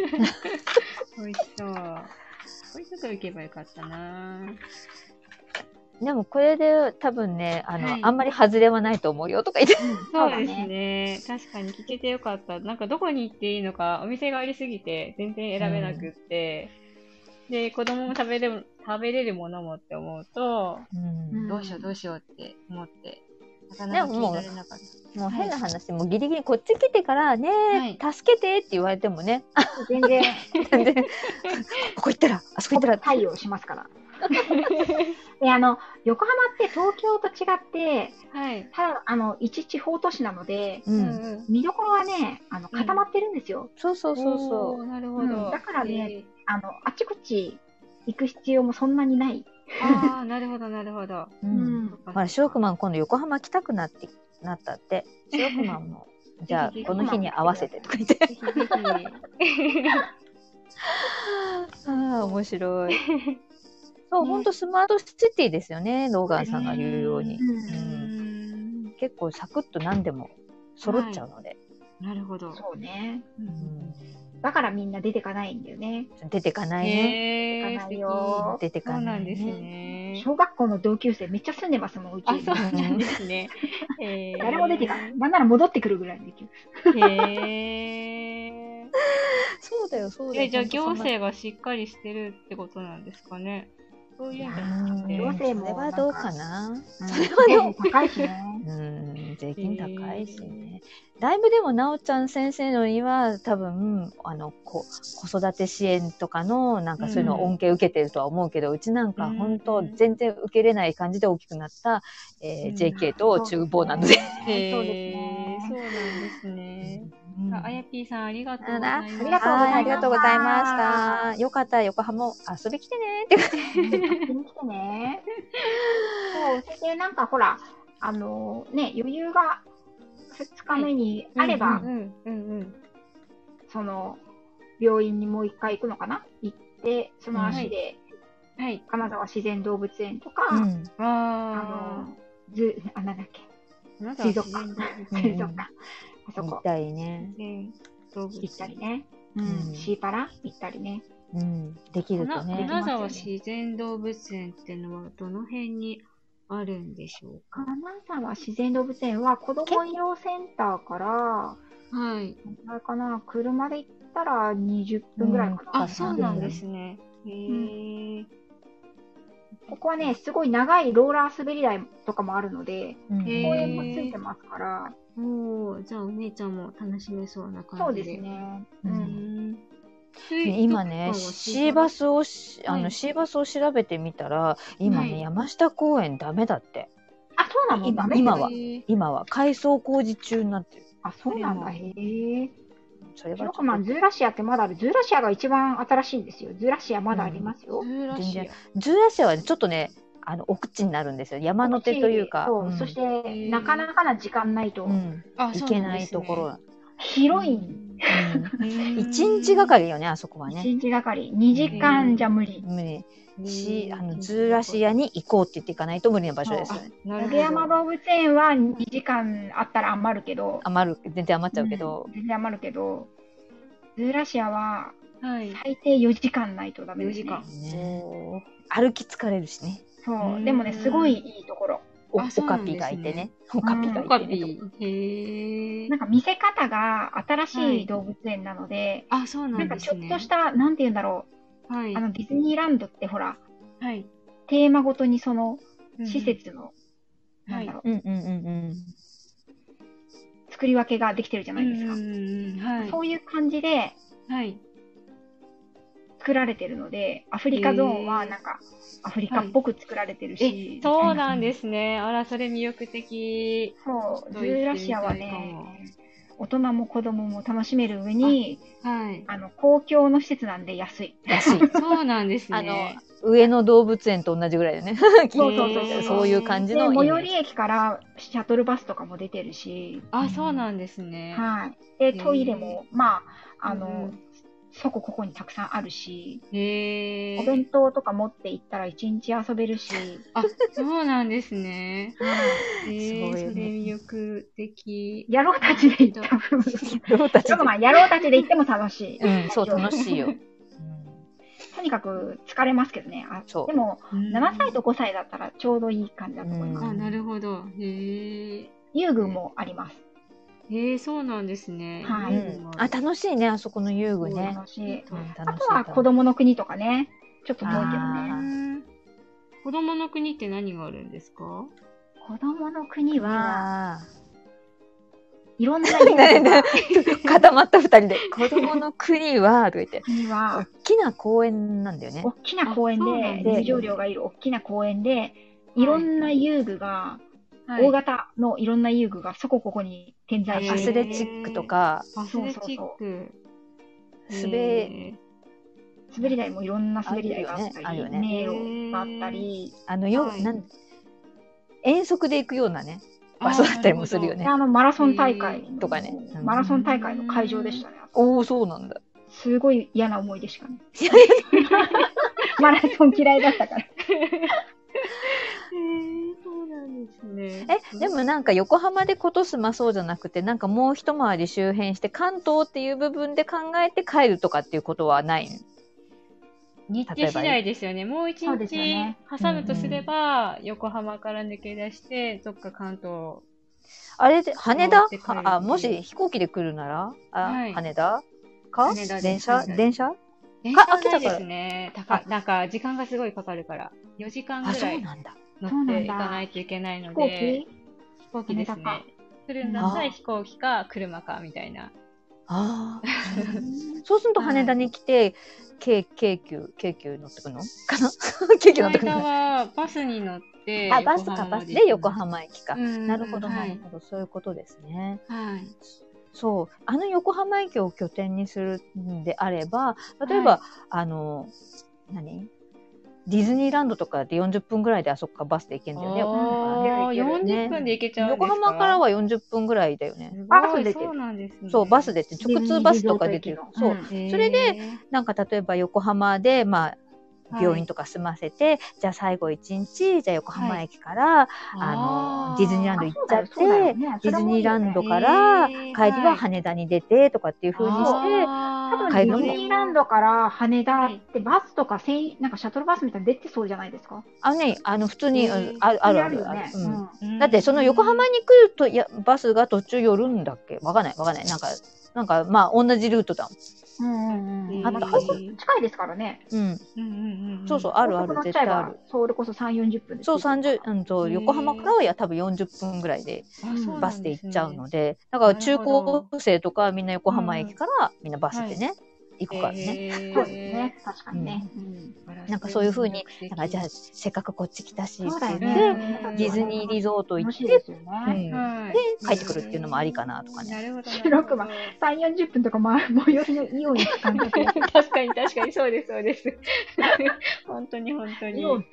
[SPEAKER 2] 美味しそう。これちょっと受けばよかったな。
[SPEAKER 1] でもこれで多分ね、あの、
[SPEAKER 2] はい
[SPEAKER 1] あんまり外れはないと思うよとか言って。
[SPEAKER 2] そうですね。確かに聞けてよかった。なんかどこに行っていいのか、お店がありすぎて全然選べなくって、で、子供も食べれる食べれるものもって思うと、
[SPEAKER 1] うん
[SPEAKER 2] どうしようどうしようって思って、なかな
[SPEAKER 1] なか
[SPEAKER 2] か
[SPEAKER 1] 聞
[SPEAKER 2] 聞
[SPEAKER 1] いら
[SPEAKER 2] ら
[SPEAKER 1] れ
[SPEAKER 2] れなかった。
[SPEAKER 1] もう変な話、もうギリギリこっち来てからね、
[SPEAKER 2] はい
[SPEAKER 1] 助けてって言われてもね、
[SPEAKER 3] 全然
[SPEAKER 1] 全然ここ行ったら、あそこ行ったら、
[SPEAKER 3] 対応しますから。であの横浜って東京と違って
[SPEAKER 2] はい。
[SPEAKER 3] ただあの一地方都市なので
[SPEAKER 1] う、
[SPEAKER 2] うんん
[SPEAKER 3] 見どころはねあの固まってるんですよ、
[SPEAKER 1] そうそうそう
[SPEAKER 2] お
[SPEAKER 1] そ
[SPEAKER 2] ーなるほど、
[SPEAKER 3] うんだからね
[SPEAKER 2] えー
[SPEAKER 3] あのあちこち行く必要もそんなにない、
[SPEAKER 2] ああ、なるほど、なるほど。
[SPEAKER 1] う。う、
[SPEAKER 3] うん
[SPEAKER 1] ほら、ショークマン今度横浜来たくなって、なったって、ショークマンも、 じゃあこの日に合わせてとか言って。
[SPEAKER 2] ぜひぜひ。
[SPEAKER 1] ああ、面 白い。そう、
[SPEAKER 2] ね
[SPEAKER 1] ほんとスマートシティですよね、ローガンさんが言うように。
[SPEAKER 3] うん
[SPEAKER 2] うー ん
[SPEAKER 1] 結構サクッと何でも揃っちゃうので、
[SPEAKER 2] なるほど。
[SPEAKER 3] そうね
[SPEAKER 1] うん
[SPEAKER 3] だからみんな出てかないんだよね
[SPEAKER 1] 出てかないね。
[SPEAKER 2] へえ
[SPEAKER 3] 行かないよ
[SPEAKER 1] 出て
[SPEAKER 2] そ
[SPEAKER 1] か
[SPEAKER 2] う
[SPEAKER 1] な、
[SPEAKER 2] ないん
[SPEAKER 1] ね。
[SPEAKER 2] ですね。
[SPEAKER 3] 小学校の同級生めっちゃ住んでますもんうち
[SPEAKER 2] あ、そうなんですね。へー
[SPEAKER 3] 誰も出てかないなんなら戻ってくるぐらいの勢い
[SPEAKER 2] へー
[SPEAKER 1] そうだよ、そうだよ。
[SPEAKER 2] え、じゃあ
[SPEAKER 1] ほんと
[SPEAKER 2] 行
[SPEAKER 1] そんな
[SPEAKER 2] 政がしっかりしてるってことなんですかね。そういう
[SPEAKER 3] い
[SPEAKER 2] ん
[SPEAKER 3] や
[SPEAKER 2] じゃなく
[SPEAKER 1] うん
[SPEAKER 2] て。
[SPEAKER 3] 行政
[SPEAKER 1] そ
[SPEAKER 3] も
[SPEAKER 1] れはどうかな。
[SPEAKER 3] うん高いしね
[SPEAKER 1] うん、税金高いしね。だいぶでも、なおちゃん先生のには、多分、あの、こ子育て支援とかの、なんかそういうのを恩恵受けてるとは思うけど、うちなんか
[SPEAKER 2] うん
[SPEAKER 1] 本当、全然受けれない感じで大きくなった、えー
[SPEAKER 2] うん
[SPEAKER 1] JK と厨房なので。
[SPEAKER 2] へー
[SPEAKER 3] そうですね
[SPEAKER 2] そうなんですね。
[SPEAKER 1] うん
[SPEAKER 2] ああやぴーさん、ありがとうござい
[SPEAKER 1] あ
[SPEAKER 2] ます。
[SPEAKER 1] はいあ
[SPEAKER 3] あ
[SPEAKER 1] り
[SPEAKER 3] り
[SPEAKER 1] が
[SPEAKER 3] が
[SPEAKER 1] と
[SPEAKER 3] と
[SPEAKER 1] う
[SPEAKER 3] う
[SPEAKER 1] ご
[SPEAKER 3] ご
[SPEAKER 1] ざ
[SPEAKER 3] ざ
[SPEAKER 1] い
[SPEAKER 3] い
[SPEAKER 1] ま
[SPEAKER 3] ま
[SPEAKER 1] し。
[SPEAKER 3] した
[SPEAKER 1] よかったら横浜遊び来てねって。
[SPEAKER 3] うん勝手に来てね。そう、それでなんかほら、あのね、余裕が2日目にあれば、
[SPEAKER 1] はいう
[SPEAKER 2] うんうんうん。
[SPEAKER 3] その、病院にもう一回行くのかな行って、その足で、
[SPEAKER 2] はい。
[SPEAKER 3] 金沢自然動物園とか、
[SPEAKER 1] うん
[SPEAKER 3] あ
[SPEAKER 2] あ
[SPEAKER 3] の、ず、あ、なんだっけ、
[SPEAKER 2] ー、なんか
[SPEAKER 3] 水族館
[SPEAKER 2] 自然動
[SPEAKER 1] うん
[SPEAKER 2] 物
[SPEAKER 3] 水族館、あそ
[SPEAKER 1] み
[SPEAKER 3] こ
[SPEAKER 1] たいね。
[SPEAKER 2] 園動物
[SPEAKER 3] 行ったりね。う
[SPEAKER 1] うん
[SPEAKER 3] ん、シーパラ行ったりね。
[SPEAKER 1] うん。できると
[SPEAKER 2] 金
[SPEAKER 1] ね。
[SPEAKER 2] 金沢自然動物園ってのはどの辺にあるんでしょうか
[SPEAKER 3] 金沢自然動物園は子供医療センターから、
[SPEAKER 2] はい。
[SPEAKER 3] あれかな、車で行ったら20分ぐらいかな。
[SPEAKER 2] あ、そうなんですね。へえ。
[SPEAKER 3] ここはね、すごい長いローラー滑り台とかもあるので、
[SPEAKER 1] うん
[SPEAKER 2] へー
[SPEAKER 3] 公園もついてますから、
[SPEAKER 2] おーじゃあお姉ちゃんも楽しめそうな感じ
[SPEAKER 3] そう
[SPEAKER 2] で。
[SPEAKER 3] ですね。
[SPEAKER 1] う
[SPEAKER 3] うんん。
[SPEAKER 2] ん。
[SPEAKER 1] ね今ね、シーバスをし、あ
[SPEAKER 2] は
[SPEAKER 1] の、
[SPEAKER 2] い
[SPEAKER 1] シーバスを調べてみたら、今
[SPEAKER 2] は
[SPEAKER 1] ね、
[SPEAKER 2] い
[SPEAKER 1] 山下公園ダメだって。
[SPEAKER 3] あ、そうなの
[SPEAKER 1] 今
[SPEAKER 3] ダメ
[SPEAKER 1] 今
[SPEAKER 2] は
[SPEAKER 1] は。今は改装工事中になってる。
[SPEAKER 3] あ、そうなん
[SPEAKER 2] 今
[SPEAKER 3] だ。へえ。
[SPEAKER 1] それは
[SPEAKER 3] シ
[SPEAKER 1] ちょ
[SPEAKER 3] ロ
[SPEAKER 1] っ
[SPEAKER 3] クマン、ズーラシアってまだある。ズーラシアが一番新しいんですよ。ズーラシアまだありますよ。
[SPEAKER 1] 全然とズーラシアはねちょっとね、あの、奥地になるんですよ。山の手というか。
[SPEAKER 3] そう
[SPEAKER 1] うん
[SPEAKER 3] そして、なかなかな時間ないと、
[SPEAKER 1] うん行けないところ。な
[SPEAKER 3] 広いん。
[SPEAKER 1] うん一
[SPEAKER 2] 1
[SPEAKER 1] 日がかりよね、あそこは
[SPEAKER 3] 一
[SPEAKER 1] ね。
[SPEAKER 3] 日がかり。2時間じゃ無理。
[SPEAKER 1] 無理。し、あの、ズーラシアに行こうって言っていかないと無理な場所ですよね。
[SPEAKER 2] なるほ
[SPEAKER 3] 八
[SPEAKER 2] ど
[SPEAKER 3] 重山動物園は2時間あったら余るけど、
[SPEAKER 1] 余る、全然余っちゃうけど
[SPEAKER 3] うん、全然余るけど、ズーラシアは
[SPEAKER 2] はい。
[SPEAKER 3] 最低4時間ないとダメで
[SPEAKER 2] 4
[SPEAKER 3] す、ね。
[SPEAKER 2] 時間
[SPEAKER 1] ね歩き疲れるしね。
[SPEAKER 3] そうう、
[SPEAKER 2] ん
[SPEAKER 3] でもね、すごいいいところ。
[SPEAKER 1] お、
[SPEAKER 2] あ
[SPEAKER 1] お
[SPEAKER 2] そうな
[SPEAKER 1] か
[SPEAKER 2] んです
[SPEAKER 1] ぴ
[SPEAKER 2] ね
[SPEAKER 1] がいてね。おかぴ
[SPEAKER 3] うん
[SPEAKER 1] が
[SPEAKER 2] オカ
[SPEAKER 1] いてね。
[SPEAKER 2] ピへえ
[SPEAKER 3] なんか見せ方が新
[SPEAKER 2] は
[SPEAKER 3] しい
[SPEAKER 2] い
[SPEAKER 3] 動物園なので、
[SPEAKER 2] あそうな
[SPEAKER 3] なんんか
[SPEAKER 2] で
[SPEAKER 3] ちょ
[SPEAKER 2] す
[SPEAKER 3] っ
[SPEAKER 2] ね
[SPEAKER 3] とした、なんて言うんだろ、
[SPEAKER 2] たはいう
[SPEAKER 3] あのディズニーランドってほら、
[SPEAKER 2] はい
[SPEAKER 3] テーマごとにその施設の、
[SPEAKER 2] うん
[SPEAKER 3] なんだろ
[SPEAKER 1] うんうんうんうん。
[SPEAKER 3] う、作り分けができてるじゃないですか。
[SPEAKER 2] はい
[SPEAKER 3] そういう感じで
[SPEAKER 2] はい
[SPEAKER 3] 作られてるので、アフリカゾーンはなんか、アフリカっぽく作られてるし、
[SPEAKER 2] えそうなんですねあらそれ魅力的
[SPEAKER 3] そう、
[SPEAKER 2] ちょっと行っ
[SPEAKER 3] ズ
[SPEAKER 2] てみたいかも
[SPEAKER 3] ーラシアはね、大人も子供も楽しめる上に、
[SPEAKER 2] はい
[SPEAKER 3] あの、公共の施設なんで安い。
[SPEAKER 1] 安い。
[SPEAKER 2] そうなんです
[SPEAKER 1] あの
[SPEAKER 2] ね、
[SPEAKER 1] 上野動物園と同じぐらいだね。
[SPEAKER 3] そうそうそうそう
[SPEAKER 1] そういう感じ
[SPEAKER 3] で、
[SPEAKER 1] のイ
[SPEAKER 3] 最
[SPEAKER 1] メージ。
[SPEAKER 3] 寄り駅からシャトルバスとかも出てるし、
[SPEAKER 2] あそうなんですね
[SPEAKER 3] はい。で、
[SPEAKER 2] へー
[SPEAKER 3] トイレも、まあ、あ
[SPEAKER 2] うんう
[SPEAKER 3] の
[SPEAKER 2] ん、
[SPEAKER 3] そこここにたくさんあるし、
[SPEAKER 2] へ
[SPEAKER 3] お
[SPEAKER 2] え
[SPEAKER 3] 弁当とか持って行ったら一日遊べるし、
[SPEAKER 2] あそうなんですねへえ
[SPEAKER 1] そう
[SPEAKER 2] そ
[SPEAKER 1] よ
[SPEAKER 2] れ
[SPEAKER 1] ね
[SPEAKER 2] 魅力的
[SPEAKER 3] 野郎たちで行った分、ちょっ
[SPEAKER 1] 子供たち
[SPEAKER 3] とまあ、野郎たちで行っても楽しい。
[SPEAKER 1] うん、そう、楽しいよ。うん
[SPEAKER 3] とにかく疲れますけどね。あ
[SPEAKER 1] そう
[SPEAKER 3] でも、7歳
[SPEAKER 2] と
[SPEAKER 3] と5歳だったらちょうどいい感じだと思います。
[SPEAKER 1] うん
[SPEAKER 2] あ、なるほど。へえ。
[SPEAKER 3] 遊具もあります。
[SPEAKER 2] へえ、そうなんですね。
[SPEAKER 3] はい
[SPEAKER 1] うん、あ楽しいねあそこの遊具ね。
[SPEAKER 3] 楽しい。
[SPEAKER 1] うん
[SPEAKER 3] あとは子。供の国とかね、ちょっと遠いけど
[SPEAKER 1] あ
[SPEAKER 3] ね。
[SPEAKER 2] うん子供の国って何があるんですか
[SPEAKER 3] 子供の国は、
[SPEAKER 1] あ
[SPEAKER 3] いろんな
[SPEAKER 1] ねね
[SPEAKER 3] 遊具
[SPEAKER 1] あ固まった二人で「子供の国は」とか言って
[SPEAKER 3] 国は
[SPEAKER 1] 大、きな公園なんだよね
[SPEAKER 3] 大。きな公園
[SPEAKER 2] あそうなん
[SPEAKER 3] で、
[SPEAKER 1] だ
[SPEAKER 3] 入場料がいる大きな公園で、いろんな遊具が、
[SPEAKER 2] はい
[SPEAKER 3] 大型のいろんな遊具がそこここに点在
[SPEAKER 1] ア
[SPEAKER 3] し
[SPEAKER 1] ス
[SPEAKER 3] てる。
[SPEAKER 1] レチックとか
[SPEAKER 2] アスレチック。
[SPEAKER 1] 滑
[SPEAKER 3] 滑り台もいろんな滑り台があった
[SPEAKER 1] あるよ
[SPEAKER 3] り、
[SPEAKER 1] ね
[SPEAKER 3] 迷路があったり、
[SPEAKER 1] あのよ、
[SPEAKER 2] はい
[SPEAKER 1] なん遠足で行くようなね場所だったりもするよ
[SPEAKER 2] ね。
[SPEAKER 1] ね
[SPEAKER 3] で。あのマラソン大会の
[SPEAKER 1] とかねうん
[SPEAKER 3] マラソン大会の会場でしたね。
[SPEAKER 1] おおそうなんだ。
[SPEAKER 3] すごい嫌な思い出しかない。 マラソン嫌いだった から。
[SPEAKER 2] へえそうなんですね。
[SPEAKER 1] えでもなんか横浜でことすまそうじゃなくてなんかもう一回り周辺して関東っていう部分で考えて帰るとかっていうことはない
[SPEAKER 2] 日程次第ですよね。もう一
[SPEAKER 3] そうですよ
[SPEAKER 2] 日
[SPEAKER 3] ね
[SPEAKER 2] 挟むとすれば、横浜から抜け出して、どっか関東。
[SPEAKER 1] あれで羽田
[SPEAKER 2] 持って帰る
[SPEAKER 1] あもし飛行機で来るならあ、
[SPEAKER 2] はい
[SPEAKER 1] 羽田か
[SPEAKER 2] 羽田です
[SPEAKER 1] 電車
[SPEAKER 2] 羽田です
[SPEAKER 1] 電車
[SPEAKER 2] 電車は
[SPEAKER 1] 秋
[SPEAKER 2] な
[SPEAKER 1] だ
[SPEAKER 2] い
[SPEAKER 1] か
[SPEAKER 2] で
[SPEAKER 1] ら
[SPEAKER 2] すね。高なんか、時間がすごいかかるから。4時間
[SPEAKER 1] あ
[SPEAKER 2] ぐ
[SPEAKER 1] そ
[SPEAKER 2] ら
[SPEAKER 1] う
[SPEAKER 2] い
[SPEAKER 1] なんだ。
[SPEAKER 2] 乗っていかないといけないの
[SPEAKER 3] 飛行
[SPEAKER 2] で
[SPEAKER 3] 機、
[SPEAKER 2] 飛行機ですね
[SPEAKER 3] 羽田か。
[SPEAKER 2] 来るんだった
[SPEAKER 1] あ
[SPEAKER 2] ら飛行機か車かみたいな。
[SPEAKER 1] ああ そうすると羽田に来て、京京急京急乗ってくのかな 京急乗ってく
[SPEAKER 2] 間
[SPEAKER 1] の
[SPEAKER 2] はバスに乗って、
[SPEAKER 1] あバスかバスで横浜駅か。
[SPEAKER 2] うん
[SPEAKER 1] なるほど、
[SPEAKER 2] は
[SPEAKER 1] ないるほど、そういうことですね。
[SPEAKER 2] はい。
[SPEAKER 1] そう、あの横浜駅を拠点にするんであれば、例えば、あの、何ディズニーランドとかで40分ぐらいであそこからバスで行けるんだよね横浜ね。
[SPEAKER 2] ああ、
[SPEAKER 3] いけるいける
[SPEAKER 2] 40分で行けちゃうんです
[SPEAKER 1] 横
[SPEAKER 2] か
[SPEAKER 1] 浜からは40分ぐらいだよね。
[SPEAKER 2] すごい
[SPEAKER 3] あバスで出てる
[SPEAKER 2] そうなんですね。
[SPEAKER 1] そう、バス
[SPEAKER 2] で。
[SPEAKER 1] でって、直通バスとか出てる。そう、それで、なんか例えば横浜で、まあ、病院とか済ませて、じゃあ最後一日、じゃあ横浜駅から、あのディズニーランド行っちゃってディズニーランドから
[SPEAKER 2] へー
[SPEAKER 1] 帰りは羽田に出てとかっていう風にして、
[SPEAKER 3] 多分
[SPEAKER 1] 帰
[SPEAKER 3] デ
[SPEAKER 1] り
[SPEAKER 3] ィ
[SPEAKER 1] の
[SPEAKER 3] ズニーランドから羽田ってバスとか専なんかシャトルバスみたいなの出てそうじゃないですか。
[SPEAKER 1] あのね、あの普通に、
[SPEAKER 2] へー
[SPEAKER 1] うんあるあるあ
[SPEAKER 3] よ
[SPEAKER 1] るある
[SPEAKER 3] ね。
[SPEAKER 1] うん
[SPEAKER 3] うん
[SPEAKER 1] だってその横浜に来るといやバスが途中寄るんだっけわかんないわかんないなんかなんかまあ同じルートだも
[SPEAKER 3] うんうんうん。
[SPEAKER 1] あった
[SPEAKER 3] ここ近いですからね。
[SPEAKER 1] ん、うん、
[SPEAKER 2] に
[SPEAKER 1] そうそうあるあ
[SPEAKER 3] 高
[SPEAKER 1] る
[SPEAKER 3] 速乗っ
[SPEAKER 1] 絶
[SPEAKER 3] ちゃ
[SPEAKER 1] 対
[SPEAKER 3] え
[SPEAKER 1] あ
[SPEAKER 3] ば
[SPEAKER 1] る
[SPEAKER 3] それこそ3、40分で着いちゃから。
[SPEAKER 1] そう30、うん、そ
[SPEAKER 2] へ
[SPEAKER 1] う
[SPEAKER 2] ー
[SPEAKER 1] 横浜からはいや多分40分ぐらいで
[SPEAKER 3] そう
[SPEAKER 1] バ
[SPEAKER 3] な
[SPEAKER 1] スで行っちゃうの
[SPEAKER 2] で。
[SPEAKER 1] でだから
[SPEAKER 2] なる
[SPEAKER 1] 中
[SPEAKER 2] ほど
[SPEAKER 1] 高生とかみんな横浜駅からみんなバスでね、行くからね、
[SPEAKER 2] へー
[SPEAKER 3] そうですね。確かにね。うん
[SPEAKER 1] なんかそういう風にだからじゃあ、せっかくこっち来たしって
[SPEAKER 3] そう
[SPEAKER 1] 言
[SPEAKER 3] だ
[SPEAKER 1] っ
[SPEAKER 3] よ
[SPEAKER 1] て、
[SPEAKER 3] ね。
[SPEAKER 1] ディズニーリゾート行
[SPEAKER 3] 楽
[SPEAKER 1] っ
[SPEAKER 3] しいで
[SPEAKER 1] て、
[SPEAKER 3] すよ
[SPEAKER 1] う
[SPEAKER 3] ね。
[SPEAKER 1] ん
[SPEAKER 2] はい
[SPEAKER 1] で帰ってくるっていうのもありかなとかね
[SPEAKER 2] なるほど。
[SPEAKER 3] 収録は
[SPEAKER 2] なる
[SPEAKER 3] 3、40分とか、まあ、最寄りのイオンに行く感覚で。
[SPEAKER 2] ほど 確かに確かに、そうです、そうです。 本当に本当に。
[SPEAKER 3] イオンと、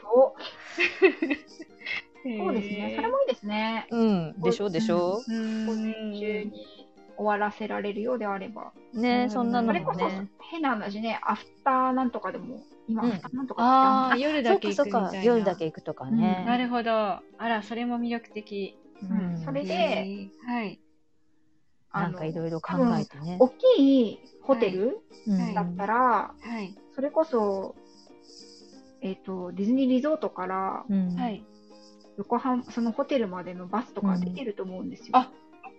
[SPEAKER 2] そ
[SPEAKER 3] そうですね。それもいいですね。
[SPEAKER 1] うんでしょでしょ、
[SPEAKER 3] 午前中に終わらせられるようであれば。
[SPEAKER 1] ねそんな
[SPEAKER 2] う
[SPEAKER 1] の
[SPEAKER 3] それ
[SPEAKER 1] も
[SPEAKER 3] こそ
[SPEAKER 1] ね、
[SPEAKER 3] 変な話ね、アフターなんとかでも、今、
[SPEAKER 1] うん
[SPEAKER 3] アフターなんとかって
[SPEAKER 2] あ
[SPEAKER 3] あ
[SPEAKER 2] あ、夜
[SPEAKER 1] そ
[SPEAKER 2] だ
[SPEAKER 1] う
[SPEAKER 2] け
[SPEAKER 1] か
[SPEAKER 2] 行
[SPEAKER 1] そ
[SPEAKER 2] く
[SPEAKER 1] う
[SPEAKER 2] みたいな。
[SPEAKER 1] か夜だけ行くとかね、
[SPEAKER 3] うん
[SPEAKER 2] なるほど。あら、それも魅力的。
[SPEAKER 1] う
[SPEAKER 3] うん
[SPEAKER 1] ん
[SPEAKER 3] それで
[SPEAKER 2] へーはい。
[SPEAKER 3] あ
[SPEAKER 1] な
[SPEAKER 3] の
[SPEAKER 1] んかいろいろ考えてね。
[SPEAKER 3] 大きいホテル
[SPEAKER 1] うん
[SPEAKER 3] だったら、
[SPEAKER 2] はい。
[SPEAKER 3] それこそ、えっと、ディズニーリゾートから
[SPEAKER 1] うん
[SPEAKER 2] はい。
[SPEAKER 3] 横浜、そのホテルまでのバスとか出てると思うんですよ。
[SPEAKER 2] あ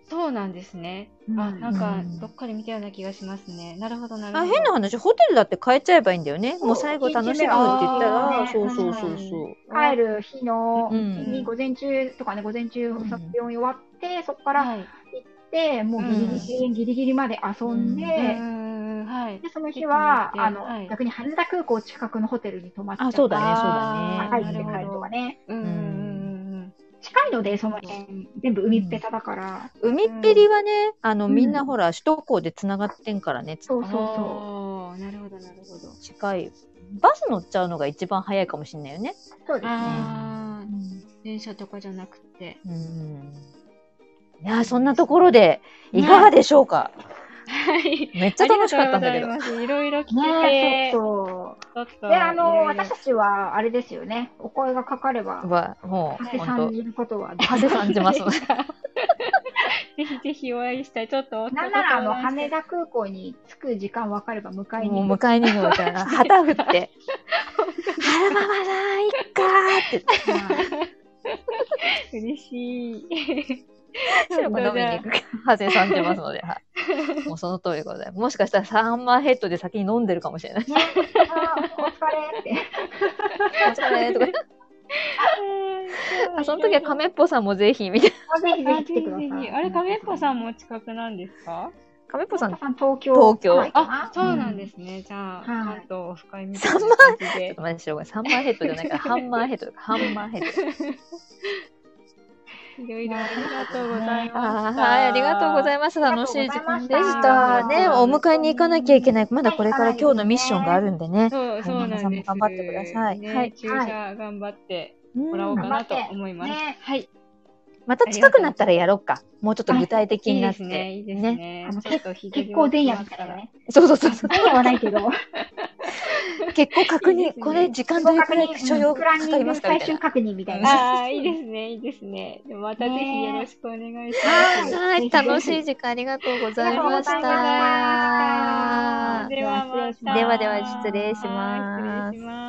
[SPEAKER 2] そうなんですね。あ、
[SPEAKER 3] うん
[SPEAKER 2] なんか
[SPEAKER 1] う、ん
[SPEAKER 2] どっかで見たような気がしますね。なるほど、なるほ
[SPEAKER 1] あ
[SPEAKER 2] ど。
[SPEAKER 1] 変な話、ホテルだって変えちゃえばいいんだよね。
[SPEAKER 3] そう
[SPEAKER 1] もう最後楽しむって言ったら、
[SPEAKER 3] 一日目
[SPEAKER 1] そう
[SPEAKER 3] は
[SPEAKER 1] そうそうそう。
[SPEAKER 3] 帰る日の、
[SPEAKER 1] うん
[SPEAKER 3] に午前中とかね、午前中、
[SPEAKER 1] うん
[SPEAKER 3] 病院終わって、そこから行っ
[SPEAKER 2] はい。
[SPEAKER 3] て、もうギリギリ,、ギリギリまで遊んで、
[SPEAKER 2] うんうんうん、はい。
[SPEAKER 3] でその日は、
[SPEAKER 2] ちょっと待って
[SPEAKER 3] あの、
[SPEAKER 2] はい
[SPEAKER 3] 逆に羽田空港近くのホテルに泊まっちゃ
[SPEAKER 1] あ、そうだね、そう
[SPEAKER 2] あー
[SPEAKER 1] だ
[SPEAKER 3] 高い
[SPEAKER 1] ね。
[SPEAKER 3] って帰るとかね。
[SPEAKER 2] うんうんうん。
[SPEAKER 3] 近いので、その辺、全部海っぺただから。
[SPEAKER 1] 海っぺりはね、あの、
[SPEAKER 3] うん
[SPEAKER 1] みんなほら、首都高で繋がってんからね、
[SPEAKER 3] そううんそうそ
[SPEAKER 2] あーなるほど、なるほど。
[SPEAKER 1] 近い。バス乗っちゃうのが一番早いかもしれないよね。
[SPEAKER 3] う。そうですね。
[SPEAKER 2] ああ、電車とかじゃなくて。
[SPEAKER 1] うん。いやー、そんなところで、いかがでしょうか、
[SPEAKER 2] はい。
[SPEAKER 1] めっちゃ楽しかったんだけど
[SPEAKER 2] あ。りがとうございます。いろいろ聞けて、
[SPEAKER 3] ねそう
[SPEAKER 2] ちょっ
[SPEAKER 3] そ
[SPEAKER 2] と
[SPEAKER 3] う。で、あ
[SPEAKER 2] いろ
[SPEAKER 3] の、
[SPEAKER 2] いろ
[SPEAKER 3] 私たちは、あれですよね。お声がかかれば、
[SPEAKER 1] は、もう、
[SPEAKER 3] 長谷さ
[SPEAKER 1] 本
[SPEAKER 3] んいることは、
[SPEAKER 1] 当長谷さんじます。
[SPEAKER 2] ぜひひぜひお会いしたい。ちょっと夫と
[SPEAKER 3] なんならあの
[SPEAKER 2] 相談して
[SPEAKER 3] 羽田空港に着く時間分かれば迎えに
[SPEAKER 1] もう
[SPEAKER 3] 行く。
[SPEAKER 1] 迎えに行くみたいな。旗 振って。はるままさん、いっかーって。
[SPEAKER 2] 嬉しい。
[SPEAKER 1] シロコ飲みに行く派生さんしてますので、はい。もうその通りでございます。もしかしたらサンマーヘッドで先に飲んでるかもしれない。
[SPEAKER 3] ね、あお疲れって。
[SPEAKER 1] お疲れとか。 あその時は亀っぽさんもぜひ、みたいな。
[SPEAKER 3] あぜひぜ
[SPEAKER 2] あ
[SPEAKER 3] ひ来てくださ
[SPEAKER 2] ぜひぜひ
[SPEAKER 3] い。
[SPEAKER 2] あれ、亀っぽさ
[SPEAKER 3] ん。
[SPEAKER 2] んも近くなんですか
[SPEAKER 1] 亀っぽさん、ちょ
[SPEAKER 3] 東京。
[SPEAKER 1] 東京
[SPEAKER 3] はい
[SPEAKER 2] あ、
[SPEAKER 1] そ
[SPEAKER 2] そうう
[SPEAKER 1] な
[SPEAKER 2] なんん
[SPEAKER 1] で
[SPEAKER 2] ですね。じゃあ、
[SPEAKER 3] はい
[SPEAKER 2] 関東オフ会み
[SPEAKER 1] た
[SPEAKER 2] た
[SPEAKER 1] い
[SPEAKER 2] い
[SPEAKER 1] な
[SPEAKER 2] な
[SPEAKER 1] 感
[SPEAKER 2] 感じ
[SPEAKER 1] っ
[SPEAKER 2] で
[SPEAKER 1] と。待って、シロコサンマーヘッドじゃないから、ハンマーヘッドとか、ハンマーヘッドとか。
[SPEAKER 2] いろいろありがとうござい
[SPEAKER 1] あ
[SPEAKER 2] ま
[SPEAKER 1] ー
[SPEAKER 2] す。
[SPEAKER 1] はい、ありがとうござい
[SPEAKER 2] ま
[SPEAKER 1] ます。
[SPEAKER 3] あ
[SPEAKER 1] 楽
[SPEAKER 3] りが
[SPEAKER 1] し
[SPEAKER 3] とう
[SPEAKER 1] い
[SPEAKER 3] ございま
[SPEAKER 1] 時
[SPEAKER 3] した
[SPEAKER 1] 間でしたね。お迎えに行かなきゃいけない。まだこれから今日のミッションがあるんでね。
[SPEAKER 2] そう、そうなんです。
[SPEAKER 1] はいママさんも頑張ってください
[SPEAKER 2] ね
[SPEAKER 1] はい
[SPEAKER 2] 注射頑張って
[SPEAKER 1] うん
[SPEAKER 2] もらおうかなと思います。
[SPEAKER 3] ね、
[SPEAKER 2] はい。
[SPEAKER 1] また近くなったらやろうか。もうちょっと具体的
[SPEAKER 2] い
[SPEAKER 1] に
[SPEAKER 2] い
[SPEAKER 1] な
[SPEAKER 2] で
[SPEAKER 1] っ
[SPEAKER 2] すね。
[SPEAKER 1] て。
[SPEAKER 2] いいですね
[SPEAKER 3] あの。
[SPEAKER 2] ちょっと日
[SPEAKER 3] 結構前夜みたいなね。
[SPEAKER 1] そうそうそうそう。
[SPEAKER 3] 前夜はないけど、
[SPEAKER 1] 結構確
[SPEAKER 2] いい
[SPEAKER 1] 認、
[SPEAKER 2] ですね
[SPEAKER 1] これ時間どれくら
[SPEAKER 3] う
[SPEAKER 1] い
[SPEAKER 3] ん
[SPEAKER 1] 所要
[SPEAKER 3] プ
[SPEAKER 1] か
[SPEAKER 3] ラ
[SPEAKER 1] か
[SPEAKER 3] ンニ
[SPEAKER 1] り
[SPEAKER 3] ング
[SPEAKER 1] ますかみ
[SPEAKER 3] 最
[SPEAKER 1] たい
[SPEAKER 3] 終
[SPEAKER 1] な。
[SPEAKER 3] 確認みたいな。
[SPEAKER 2] ああ、いいですね、いいですね。でもまたぜひよろしくお願いします。
[SPEAKER 3] ね
[SPEAKER 1] はい、楽しい時間ありがとうございまし
[SPEAKER 3] ありがとうございま
[SPEAKER 1] た
[SPEAKER 3] した。
[SPEAKER 2] ではまた、
[SPEAKER 1] ではでは失礼しま
[SPEAKER 2] は
[SPEAKER 1] す
[SPEAKER 2] い失礼します。